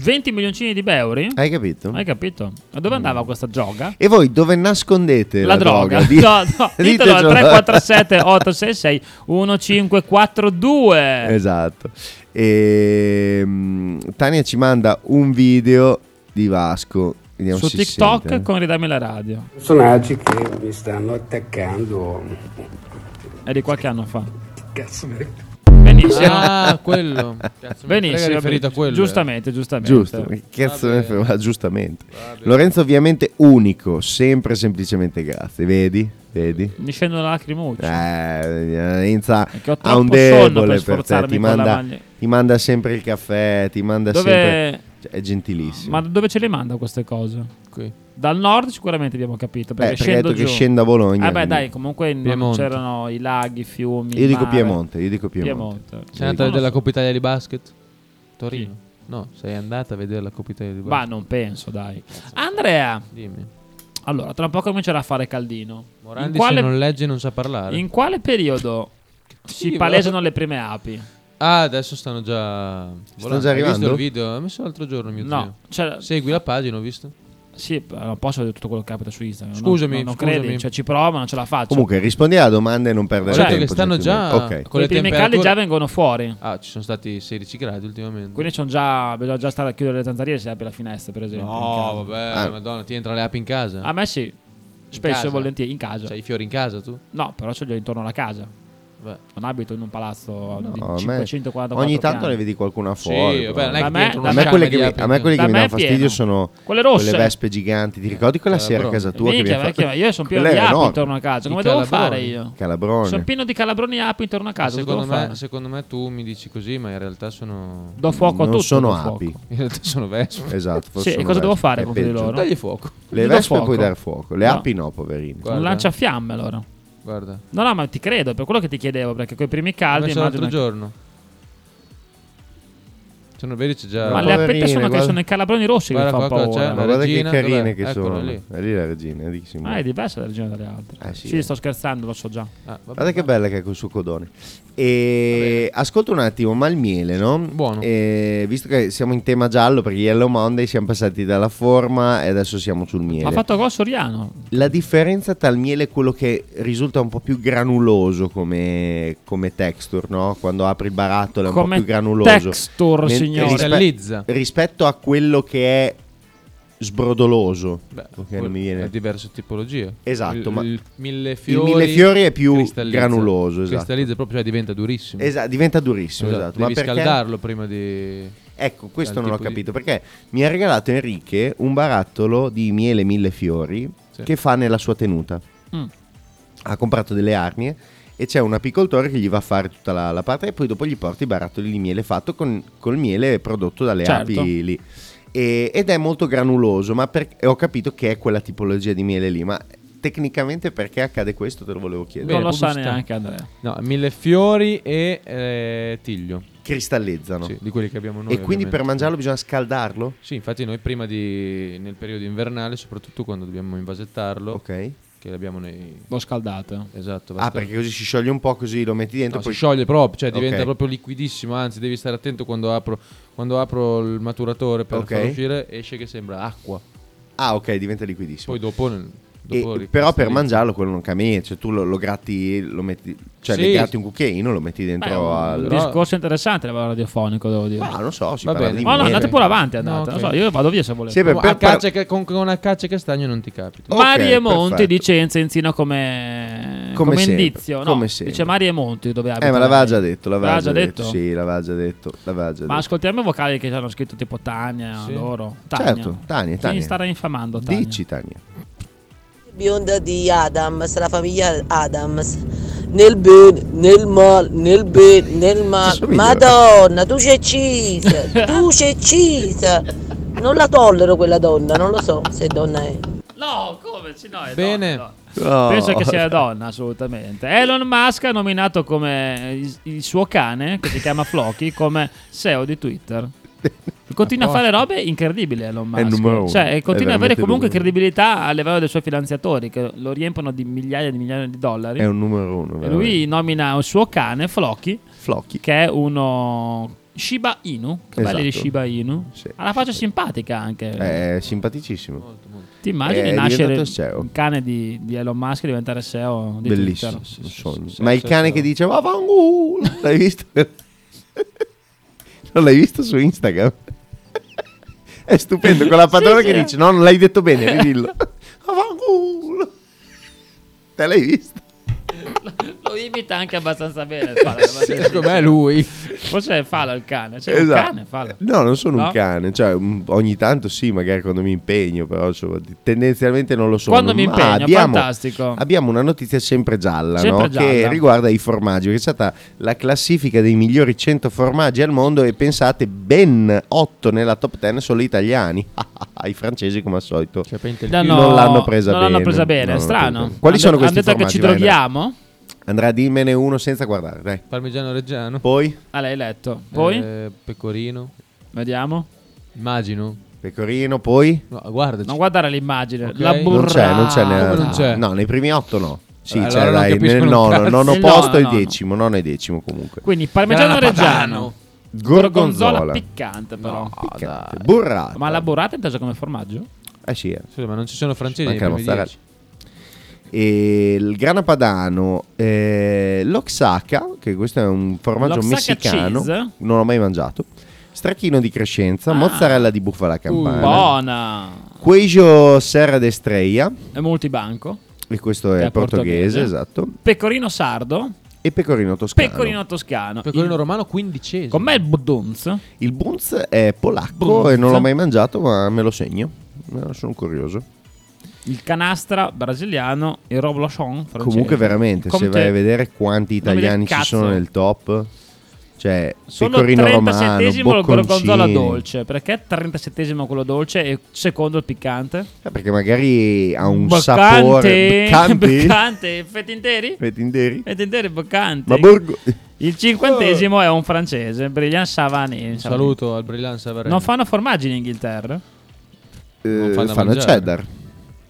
Speaker 2: 20 milioncini di beuri?
Speaker 4: Eh.
Speaker 3: Hai capito?
Speaker 2: Hai capito? Ma dove andava questa droga?
Speaker 3: E voi dove nascondete la,
Speaker 2: La droga, [laughs]
Speaker 3: Di-
Speaker 2: no,
Speaker 4: [laughs]
Speaker 2: no, ditelo al
Speaker 3: ditecelo.
Speaker 2: 347 866 1542.
Speaker 3: [laughs]
Speaker 4: [laughs]
Speaker 3: Esatto. E, mm, Tania ci manda un video di Vasco. Vediamo
Speaker 2: su
Speaker 3: se si
Speaker 2: TikTok
Speaker 3: sente. eh.
Speaker 2: con Ridami la radio.
Speaker 6: Personaggi che mi stanno attaccando.
Speaker 2: È di qualche anno fa.
Speaker 6: Cazzo,
Speaker 2: Bene, Benissimo.
Speaker 4: Ah, quello. Cazzo, mi frega
Speaker 2: Benissimo.
Speaker 4: riferito a quello, eh.
Speaker 2: Giustamente, giustamente.
Speaker 3: Giusto, che cazzo ne frega, giustamente. Lorenzo ovviamente unico, sempre semplicemente grazie, vedi? Vedi?
Speaker 2: Mi scendono lacrimucce.
Speaker 3: Eh, Lorenza
Speaker 2: ho
Speaker 3: ha un
Speaker 2: troppo sonno per
Speaker 3: debole per, te,
Speaker 2: sforzarmi
Speaker 3: ti
Speaker 2: con la
Speaker 3: manda,
Speaker 2: maglia.
Speaker 3: ti manda sempre il caffè, ti manda
Speaker 2: Dove-
Speaker 3: sempre... cioè, è gentilissimo.
Speaker 2: Ma da dove ce le manda queste cose?
Speaker 4: Qui.
Speaker 2: Dal nord sicuramente abbiamo capito. Perché,
Speaker 3: Beh, perché hai
Speaker 2: scendo
Speaker 3: detto che
Speaker 2: giù.
Speaker 3: scendo a Bologna,
Speaker 2: Eh beh,
Speaker 3: quindi.
Speaker 2: dai, comunque non
Speaker 4: Piemonte.
Speaker 2: c'erano i laghi, i fiumi.
Speaker 3: Io
Speaker 2: il
Speaker 3: dico
Speaker 2: mare.
Speaker 3: Piemonte, io dico Piemonte.
Speaker 4: Sei andata a
Speaker 2: Non lo
Speaker 4: vedere la
Speaker 2: so.
Speaker 4: Coppa Italia di basket? Torino. No, sei andata a vedere la Coppa Italia di
Speaker 2: Ma
Speaker 4: basket.
Speaker 2: non penso, dai. Andrea,
Speaker 4: Dimmi.
Speaker 2: allora, tra un po' comincerà a fare caldino.
Speaker 4: Morandi se non legge non sa parlare.
Speaker 2: in quale periodo si
Speaker 4: Cattivo.
Speaker 2: palesano le prime api?
Speaker 4: Ah, adesso stanno già volando.
Speaker 3: già
Speaker 4: Hai visto
Speaker 3: arrivando?
Speaker 4: il video? Ha messo l'altro giorno mio
Speaker 2: No,
Speaker 4: zio.
Speaker 2: c'era-
Speaker 4: Segui la pagina, ho visto.
Speaker 2: Sì, però non posso vedere tutto quello che capita su Instagram. no?
Speaker 4: Scusami,
Speaker 2: non, non
Speaker 4: scusami.
Speaker 2: credi, cioè ci provo, ma non ce la faccio.
Speaker 3: Comunque rispondi alla domanda e non
Speaker 4: Ho
Speaker 3: perdere
Speaker 4: detto
Speaker 3: tempo.
Speaker 4: Certo che stanno già
Speaker 3: gentilmente. Ok.
Speaker 4: con
Speaker 2: le
Speaker 4: le
Speaker 2: prime
Speaker 4: temperature.
Speaker 2: calde già vengono fuori.
Speaker 4: Ah, ci sono stati 16 gradi ultimamente.
Speaker 2: Quindi c'ho già, bisogna già stare a chiudere le zanzariere se apri la finestra, per esempio. in casa.
Speaker 4: No, vabbè,
Speaker 3: Ah.
Speaker 4: madonna, ti entra le api in casa?
Speaker 2: A me sì. Spesso e volentieri in casa.
Speaker 4: C'hai i fiori in casa tu?
Speaker 2: No, però ce li ho intorno alla casa.
Speaker 4: Vabbè.
Speaker 2: Non abito in un palazzo di
Speaker 3: No, Oh, a me-
Speaker 2: 544
Speaker 3: ogni tanto
Speaker 2: piani.
Speaker 3: ne vedi qualcuno
Speaker 4: Sì,
Speaker 3: fuori.
Speaker 4: vabbè,
Speaker 3: però.
Speaker 4: non è che
Speaker 2: Da me-
Speaker 4: dentro
Speaker 2: da
Speaker 4: una
Speaker 3: a me
Speaker 4: fiamma
Speaker 3: quelle
Speaker 4: di
Speaker 3: che, mi,
Speaker 4: api
Speaker 3: a me quelle
Speaker 2: Da
Speaker 3: che mi
Speaker 2: me
Speaker 3: danno
Speaker 2: è pieno.
Speaker 3: fastidio sono
Speaker 2: Quelle rosse.
Speaker 3: vespe giganti. Ti ricordi quella
Speaker 4: Eh,
Speaker 3: sera a
Speaker 4: però.
Speaker 3: casa tua? che mi
Speaker 2: Minchia,
Speaker 3: hai
Speaker 2: vecchia,
Speaker 3: fatto-
Speaker 2: io sono pieno
Speaker 3: Quella
Speaker 2: di
Speaker 3: era
Speaker 2: api
Speaker 3: enorme.
Speaker 2: intorno a casa.
Speaker 4: I
Speaker 2: Come devo
Speaker 4: calabroni.
Speaker 2: fare io?
Speaker 3: Calabrone.
Speaker 2: Sono pieno di calabroni e api intorno a casa. cosa
Speaker 4: Ah, secondo,
Speaker 2: devo
Speaker 4: me,
Speaker 2: fare?
Speaker 4: secondo me tu mi dici così, ma in realtà sono.
Speaker 2: Do fuoco a
Speaker 3: non
Speaker 2: tutto.
Speaker 3: sono
Speaker 2: do fuoco.
Speaker 3: api.
Speaker 4: In realtà sono vespe.
Speaker 3: Esatto. forse
Speaker 2: Sì, e
Speaker 3: sono
Speaker 2: cosa devo
Speaker 3: vespe,
Speaker 2: fare
Speaker 3: è
Speaker 2: contro di
Speaker 3: peggio.
Speaker 2: loro?
Speaker 4: Dagli fuoco.
Speaker 3: Le
Speaker 2: Gli do
Speaker 3: vespe
Speaker 2: fuoco.
Speaker 3: puoi dare fuoco, le
Speaker 2: No.
Speaker 3: api no, poverini.
Speaker 4: Guarda.
Speaker 2: Un lanciafiamme allora.
Speaker 4: Guarda.
Speaker 2: No, no, ma ti credo, per quello che ti chiedevo, perché coi primi
Speaker 4: Ho
Speaker 2: caldi
Speaker 4: messo l'altro
Speaker 2: immagino... che-
Speaker 4: giorno. Se non vedi c'è già.
Speaker 2: Ma
Speaker 3: No,
Speaker 2: le
Speaker 3: poverine,
Speaker 2: apette sono che
Speaker 3: guarda.
Speaker 2: sono i calabroni rossi che
Speaker 4: Guarda
Speaker 2: fa
Speaker 4: qua cosa
Speaker 2: paura.
Speaker 4: c'è.
Speaker 3: Ma
Speaker 4: La
Speaker 3: guarda
Speaker 4: regina,
Speaker 3: che carine
Speaker 4: dov'è?
Speaker 3: che
Speaker 4: Eccola
Speaker 3: sono.
Speaker 4: lì.
Speaker 3: È lì la regina, è lì che si
Speaker 2: Ah,
Speaker 3: muove.
Speaker 2: è diversa dalla regina dalle altre.
Speaker 3: Eh, sì,
Speaker 2: sì,
Speaker 3: eh.
Speaker 2: sto scherzando, lo so già.
Speaker 4: Ah, vabbè.
Speaker 3: Guarda che bella che è col suo codone. E ascolta un attimo, ma il miele, no?
Speaker 4: Buono.
Speaker 3: E visto che siamo in tema giallo, perché Yellow Monday siamo passati dalla forma e adesso siamo sul miele.
Speaker 2: Ha fatto gol Soriano.
Speaker 3: La differenza tra il miele e quello che risulta un po' più granuloso come, come texture, no? Quando apri il barattolo è un
Speaker 2: Come
Speaker 3: po' più granuloso.
Speaker 2: texture, signore.
Speaker 4: Cristallizza.
Speaker 3: rispetto a quello che è sbrodoloso.
Speaker 4: Beh,
Speaker 3: Ok,
Speaker 4: quel-
Speaker 3: non mi viene.
Speaker 4: è diverse tipologie.
Speaker 3: Esatto,
Speaker 4: il,
Speaker 3: ma-
Speaker 4: il mille fiori,
Speaker 3: il millefiori è più
Speaker 4: cristallizza.
Speaker 3: granuloso, esatto.
Speaker 4: Cristallizza proprio, cioè diventa durissimo.
Speaker 3: Esa- diventa durissimo,
Speaker 4: Esatto,
Speaker 3: esatto.
Speaker 4: Devi
Speaker 3: Ma perché-
Speaker 4: scaldarlo prima di
Speaker 3: Ecco, questo
Speaker 4: Dal
Speaker 3: non ho
Speaker 4: tipo di-
Speaker 3: capito perché mi ha regalato Enrique un barattolo di miele mille fiori
Speaker 4: Sì.
Speaker 3: che fa nella sua tenuta.
Speaker 2: Mm.
Speaker 3: Ha comprato delle arnie e c'è un apicoltore che gli va a fare tutta la, la parte e poi dopo gli porta i barattoli di miele fatto con, col miele prodotto dalle
Speaker 2: Certo.
Speaker 3: api lì. E- ed è molto granuloso, ma per- e ho capito che è quella tipologia di miele lì, ma tecnicamente perché accade questo te lo volevo chiedere.
Speaker 2: non lo sa
Speaker 4: robusta.
Speaker 2: neanche Andrea.
Speaker 4: No, mille fiori e eh, tiglio.
Speaker 3: Cristallezzano.
Speaker 4: Sì, di quelli che abbiamo noi.
Speaker 3: e quindi per
Speaker 4: ovviamente.
Speaker 3: mangiarlo bisogna scaldarlo?
Speaker 4: Sì, infatti noi prima di nel periodo invernale, soprattutto quando dobbiamo invasettarlo,
Speaker 3: Ok.
Speaker 4: che l'abbiamo nei
Speaker 2: L'ho scaldato.
Speaker 4: Esatto,
Speaker 3: Ah,
Speaker 4: basta-
Speaker 3: perché così si scioglie un po', così lo metti dentro.
Speaker 4: No,
Speaker 3: poi
Speaker 4: si scioglie proprio, cioè diventa
Speaker 3: Ok.
Speaker 4: proprio liquidissimo, anzi devi stare attento quando apro, quando apro il maturatore per
Speaker 3: Ok.
Speaker 4: farlo uscire, esce che sembra acqua.
Speaker 3: Ah, ok, diventa liquidissimo.
Speaker 4: Poi dopo, nel-
Speaker 3: E-
Speaker 4: dopo li-
Speaker 3: però per
Speaker 4: li-
Speaker 3: mangiarlo quello non cambia niente. Cioè, tu lo, lo gratti, lo metti, cioè
Speaker 4: Sì.
Speaker 3: le gratti un cucchiaino, lo metti
Speaker 2: Beh,
Speaker 3: dentro al.
Speaker 2: un
Speaker 4: però-
Speaker 2: discorso interessante a livello radiofonico, devo dire.
Speaker 3: Ma non so, si
Speaker 4: Va
Speaker 3: parla
Speaker 4: bene.
Speaker 3: di Eh,
Speaker 2: Ma Oh, no,
Speaker 3: miele.
Speaker 2: andate pure avanti, andate.
Speaker 4: No, ok.
Speaker 2: Non so, io vado via se volete.
Speaker 3: Sempre
Speaker 4: Con
Speaker 3: per- Oh. per-
Speaker 4: Acacia, che- con, con acacia e castagno non ti capita.
Speaker 3: Ok,
Speaker 2: Mari e Monti
Speaker 3: perfetto.
Speaker 2: dice Enzenzino come,
Speaker 3: Come sempre,
Speaker 2: indizio. No,
Speaker 3: come sempre.
Speaker 2: dice Mari e Monti dove abita.
Speaker 3: Eh, ma l'aveva
Speaker 2: lei.
Speaker 3: già detto, l'aveva già detto.
Speaker 2: detto?
Speaker 3: Sì, l'aveva già detto, l'aveva già
Speaker 2: Ma
Speaker 3: detto.
Speaker 2: ascoltiamo i vocali che ci hanno scritto tipo Tania,
Speaker 4: Sì.
Speaker 2: loro. Tania.
Speaker 3: Certo, Tania, Tania.
Speaker 2: Mi starà infamando Tania.
Speaker 3: Dici, Tania.
Speaker 5: Bionda di Adams, la famiglia Adams. Nel bene, nel male, nel bene, nel male.
Speaker 3: Somiglia.
Speaker 5: Madonna, tu sei uccisa, tu sei uccisa. Non la tollero quella donna, non lo so se donna è.
Speaker 2: No, come? Sì, no, è
Speaker 4: Bene.
Speaker 2: donna, no.
Speaker 3: No.
Speaker 2: Penso che sia donna, assolutamente. Elon Musk ha nominato come il, il suo cane, che si chiama
Speaker 3: [laughs]
Speaker 2: Floki, come CEO di Twitter. Continua a fare robe incredibili Elon Musk.
Speaker 3: È il numero uno.
Speaker 2: Cioè, e continua
Speaker 3: È
Speaker 2: ad avere
Speaker 3: veramente
Speaker 2: comunque
Speaker 3: il numero
Speaker 2: credibilità a livello dei suoi finanziatori, che lo riempiono di migliaia di milioni di dollari.
Speaker 3: [laughs] È un numero uno.
Speaker 2: E
Speaker 3: veramente.
Speaker 2: lui nomina il suo cane, Floki,
Speaker 3: Flocchi.
Speaker 2: che è uno Shiba Inu. Che belli di
Speaker 3: Esatto.
Speaker 2: Shiba Inu.
Speaker 3: Sì.
Speaker 2: Ha la faccia simpatica anche.
Speaker 3: È Eh, simpaticissimo.
Speaker 2: Ti immagini
Speaker 3: eh, È
Speaker 2: nascere
Speaker 3: diventato CEO.
Speaker 2: un cane di, di Elon Musk e diventare SEO di
Speaker 3: Bellissimo.
Speaker 2: Twitter?
Speaker 3: un sogno.
Speaker 4: sì,
Speaker 3: Ma
Speaker 4: sì,
Speaker 3: il cane
Speaker 4: sì.
Speaker 3: che dice Vaffanculo L'hai visto? non l'hai visto su Instagram? È stupendo con la padrona
Speaker 2: Sì,
Speaker 3: che
Speaker 2: sì.
Speaker 3: dice No, non l'hai detto bene, [laughs] ridillo Vaffanculo Te l'hai visto?
Speaker 2: L'ho imita anche abbastanza bene.
Speaker 3: [laughs]
Speaker 2: Fala,
Speaker 4: Sì, secondo me è Cioè,
Speaker 3: lui.
Speaker 2: Forse è Fala il cane. Cioè,
Speaker 3: Esatto.
Speaker 2: un cane, Fala.
Speaker 3: No, non sono
Speaker 2: No?
Speaker 3: un cane, cioè, mm, ogni tanto sì, magari quando mi impegno, però insomma, di- tendenzialmente non lo sono.
Speaker 2: Quando mi
Speaker 3: Ma
Speaker 2: impegno,
Speaker 3: abbiamo,
Speaker 2: fantastico.
Speaker 3: Abbiamo una notizia sempre gialla,
Speaker 2: Sempre
Speaker 3: no? che
Speaker 2: gialla.
Speaker 3: riguarda i formaggi, che è stata la classifica dei migliori 100 formaggi al mondo e pensate ben 8 nella top 10 solo italiani. [laughs] I francesi come al solito
Speaker 2: Da no,
Speaker 3: non l'hanno presa
Speaker 2: non
Speaker 3: bene.
Speaker 2: l'hanno presa bene,
Speaker 3: Non l'hanno
Speaker 2: strano.
Speaker 3: presa bene. Quali
Speaker 2: Hanno-
Speaker 3: sono
Speaker 2: hanno
Speaker 3: questi
Speaker 2: detto che
Speaker 3: formaggi?
Speaker 2: ci
Speaker 3: Vai, Andrea.
Speaker 2: droghiamo?
Speaker 3: Andrea, dimmene uno senza guardare, dai.
Speaker 4: Parmigiano reggiano.
Speaker 3: Poi?
Speaker 2: Ah, l'hai letto. Poi?
Speaker 4: Eh, pecorino.
Speaker 2: Vediamo.
Speaker 4: Immagino.
Speaker 3: Pecorino, poi?
Speaker 4: No, guardaci.
Speaker 2: Non guardare l'immagine.
Speaker 4: Ok.
Speaker 2: La
Speaker 3: Non c'è,
Speaker 2: burrata.
Speaker 3: non c'è neanche.
Speaker 4: Come non c'è?
Speaker 3: No, nei primi otto no. Sì,
Speaker 4: Allora
Speaker 3: c'è
Speaker 4: non
Speaker 3: dai,
Speaker 4: capiscono
Speaker 3: nel
Speaker 4: un
Speaker 3: nono,
Speaker 4: cazzo.
Speaker 3: nono
Speaker 4: Il
Speaker 3: posto
Speaker 4: nono,
Speaker 3: e il
Speaker 4: nono.
Speaker 3: decimo, nono e decimo comunque.
Speaker 2: Quindi parmigiano
Speaker 4: Grana padano.
Speaker 2: reggiano.
Speaker 3: Gorgonzola.
Speaker 2: piccante però.
Speaker 3: Piccante. Burrata.
Speaker 2: Ma la burrata è intesa come formaggio?
Speaker 3: Eh sì, eh.
Speaker 4: Scusa, ma non ci sono francesi nei
Speaker 3: Manca la
Speaker 4: primi
Speaker 3: mozzarella.
Speaker 4: 10.
Speaker 3: E il grana padano, eh, l'oxaca, che questo è un formaggio
Speaker 2: L'oaxaca
Speaker 3: messicano,
Speaker 2: cheese?
Speaker 3: non l'ho mai mangiato. Stracchino di Crescenza, mozzarella di
Speaker 2: Uh,
Speaker 3: bufala campana.
Speaker 2: Buona.
Speaker 3: Queijo Serra d'Estreia,
Speaker 2: È multibanco.
Speaker 3: e questo è,
Speaker 2: Che è
Speaker 3: portoghese,
Speaker 2: portoghese.
Speaker 3: esatto.
Speaker 2: Pecorino sardo.
Speaker 3: E pecorino toscano.
Speaker 2: Pecorino toscano.
Speaker 4: Pecorino
Speaker 2: Il-
Speaker 4: romano quindicesimo.
Speaker 2: Com'è il budunz?
Speaker 3: Il Bunz è polacco
Speaker 2: Bunz.
Speaker 3: e non l'ho mai mangiato, ma me lo segno. Eh, Sono curioso.
Speaker 2: Il canastra brasiliano. Il roblochon francese.
Speaker 3: Comunque, veramente, se
Speaker 2: Comte-
Speaker 3: vai a vedere quanti
Speaker 2: Nome del
Speaker 3: italiani ci
Speaker 2: cazzo.
Speaker 3: sono nel top, cioè
Speaker 2: Solo
Speaker 3: pecorino
Speaker 2: 37
Speaker 3: romano,
Speaker 2: il gorgonzola
Speaker 3: bocconcini.
Speaker 2: dolce. Perché 37 quello dolce e secondo il piccante?
Speaker 3: Eh, Perché magari ha un
Speaker 2: Boccante, [laughs]
Speaker 3: sapore piccante.
Speaker 2: boccante, Eh, fetti interi?
Speaker 3: Fetti interi?
Speaker 2: Fetti interi boccanti.
Speaker 3: Ma borgo- eh,
Speaker 2: Il cinquantesimo è un francese, Brillant Savani.
Speaker 4: Un saluto al Brillant Savarelli.
Speaker 2: Non fanno formaggi in Inghilterra?
Speaker 3: Eh,
Speaker 4: fanno da
Speaker 3: fanno il
Speaker 4: mangiare.
Speaker 3: cheddar.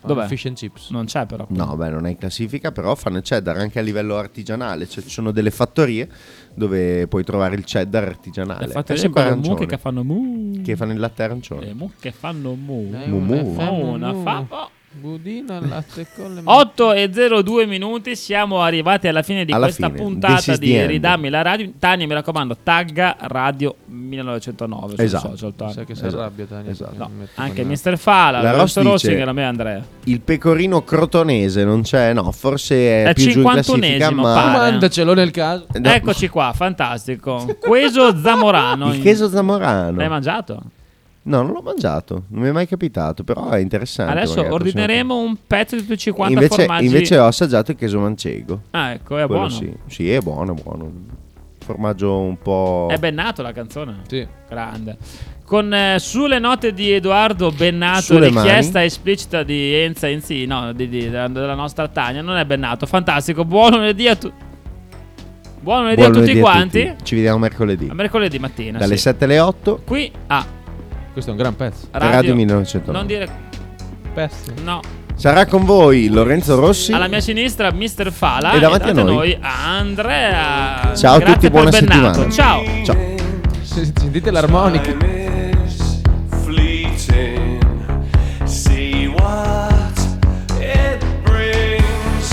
Speaker 4: Fanno
Speaker 2: Dov'è?
Speaker 4: Fish and chips.
Speaker 2: Non c'è però.
Speaker 3: No, beh, non è in classifica, però fanno il cheddar anche a livello artigianale. Cioè, ci sono delle fattorie dove puoi trovare il cheddar artigianale.
Speaker 2: Le
Speaker 3: È
Speaker 2: fattorie
Speaker 3: sempre
Speaker 2: con le mucche
Speaker 3: arancione.
Speaker 2: che fanno mu.
Speaker 3: Che Eh, fanno il latte arancione.
Speaker 2: Le mucche fanno mu.
Speaker 3: Mumu.
Speaker 2: Fa una fa.
Speaker 4: Budina al latte
Speaker 2: [laughs]
Speaker 4: con le
Speaker 2: 8 e 02 minuti, siamo arrivati alla fine di
Speaker 3: Alla
Speaker 2: questa
Speaker 3: fine, this
Speaker 2: puntata
Speaker 3: is
Speaker 2: di
Speaker 3: the end.
Speaker 2: Ridammi la radio. Tania, mi raccomando, tagga Radio 1909 sul
Speaker 3: Esatto.
Speaker 2: social. Tania.
Speaker 4: Sai che si
Speaker 3: Esatto,
Speaker 4: arrabbia Tania.
Speaker 3: esatto.
Speaker 4: perché
Speaker 3: No,
Speaker 4: mi mette
Speaker 2: Anche
Speaker 4: con-
Speaker 2: Mr. Fala, la
Speaker 3: La Ross
Speaker 2: Rosso Rossi
Speaker 3: dice-
Speaker 2: e la me Andrea.
Speaker 3: Il pecorino crotonese non c'è, no, forse è,
Speaker 2: È
Speaker 3: più giù in classifica,
Speaker 2: 51esimo,
Speaker 3: ma
Speaker 2: pare.
Speaker 4: Mandacelo nel caso.
Speaker 3: No.
Speaker 2: Eccoci qua, fantastico.
Speaker 3: [laughs]
Speaker 2: Queso Zamorano.
Speaker 3: il queso zamorano.
Speaker 2: L'hai mangiato?
Speaker 3: no, non l'ho mangiato, non mi è mai capitato, però è interessante.
Speaker 2: Adesso
Speaker 3: magari la prossima
Speaker 2: ordineremo un pezzo di tutti i
Speaker 3: volta.
Speaker 2: 50
Speaker 3: invece,
Speaker 2: formaggi.
Speaker 3: invece ho assaggiato il queso mancego.
Speaker 2: Ah, ecco, è
Speaker 3: Quello
Speaker 2: buono.
Speaker 3: Sì. Sì, è buono, è buono. Formaggio un po'...
Speaker 2: È Bennato la canzone.
Speaker 4: Sì.
Speaker 2: Grande. Con eh, sulle note di Edoardo Bennato,
Speaker 3: Sulle
Speaker 2: richiesta esplicita di Enza Enzi, no, di- di- della, della nostra Tania, non è Bennato. Fantastico, buon lunedì a, tu- buon lunedì
Speaker 3: Buon
Speaker 2: a tutti
Speaker 3: lunedì
Speaker 2: quanti.
Speaker 3: Ci vediamo mercoledì.
Speaker 2: A mercoledì mattina.
Speaker 3: Dalle
Speaker 2: sì.
Speaker 3: 7 alle 8,
Speaker 2: Qui a
Speaker 4: Questo è un gran pezzo.
Speaker 2: Radio,
Speaker 3: Radio 1909.
Speaker 2: Non dire
Speaker 4: Pezzo.
Speaker 2: no.
Speaker 3: sarà con voi Lorenzo Rossi.
Speaker 2: Alla mia sinistra Mr. Fala
Speaker 3: E davanti a noi.
Speaker 2: Andrea.
Speaker 3: Ciao a
Speaker 2: Grazie
Speaker 3: tutti,
Speaker 2: per
Speaker 3: buona
Speaker 2: Bennato. Ciao.
Speaker 3: settimana. Ciao.
Speaker 4: Sentite l'armonica.
Speaker 9: fleeting. See what it brings.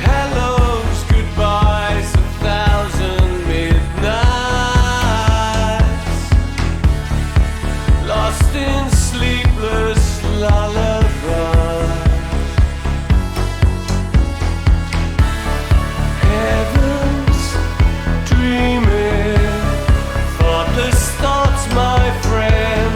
Speaker 9: Hellos, goodbyes, a thousand midnights. Lost in sleepless lullaby. Heaven's dreaming. Thoughtless thoughts, my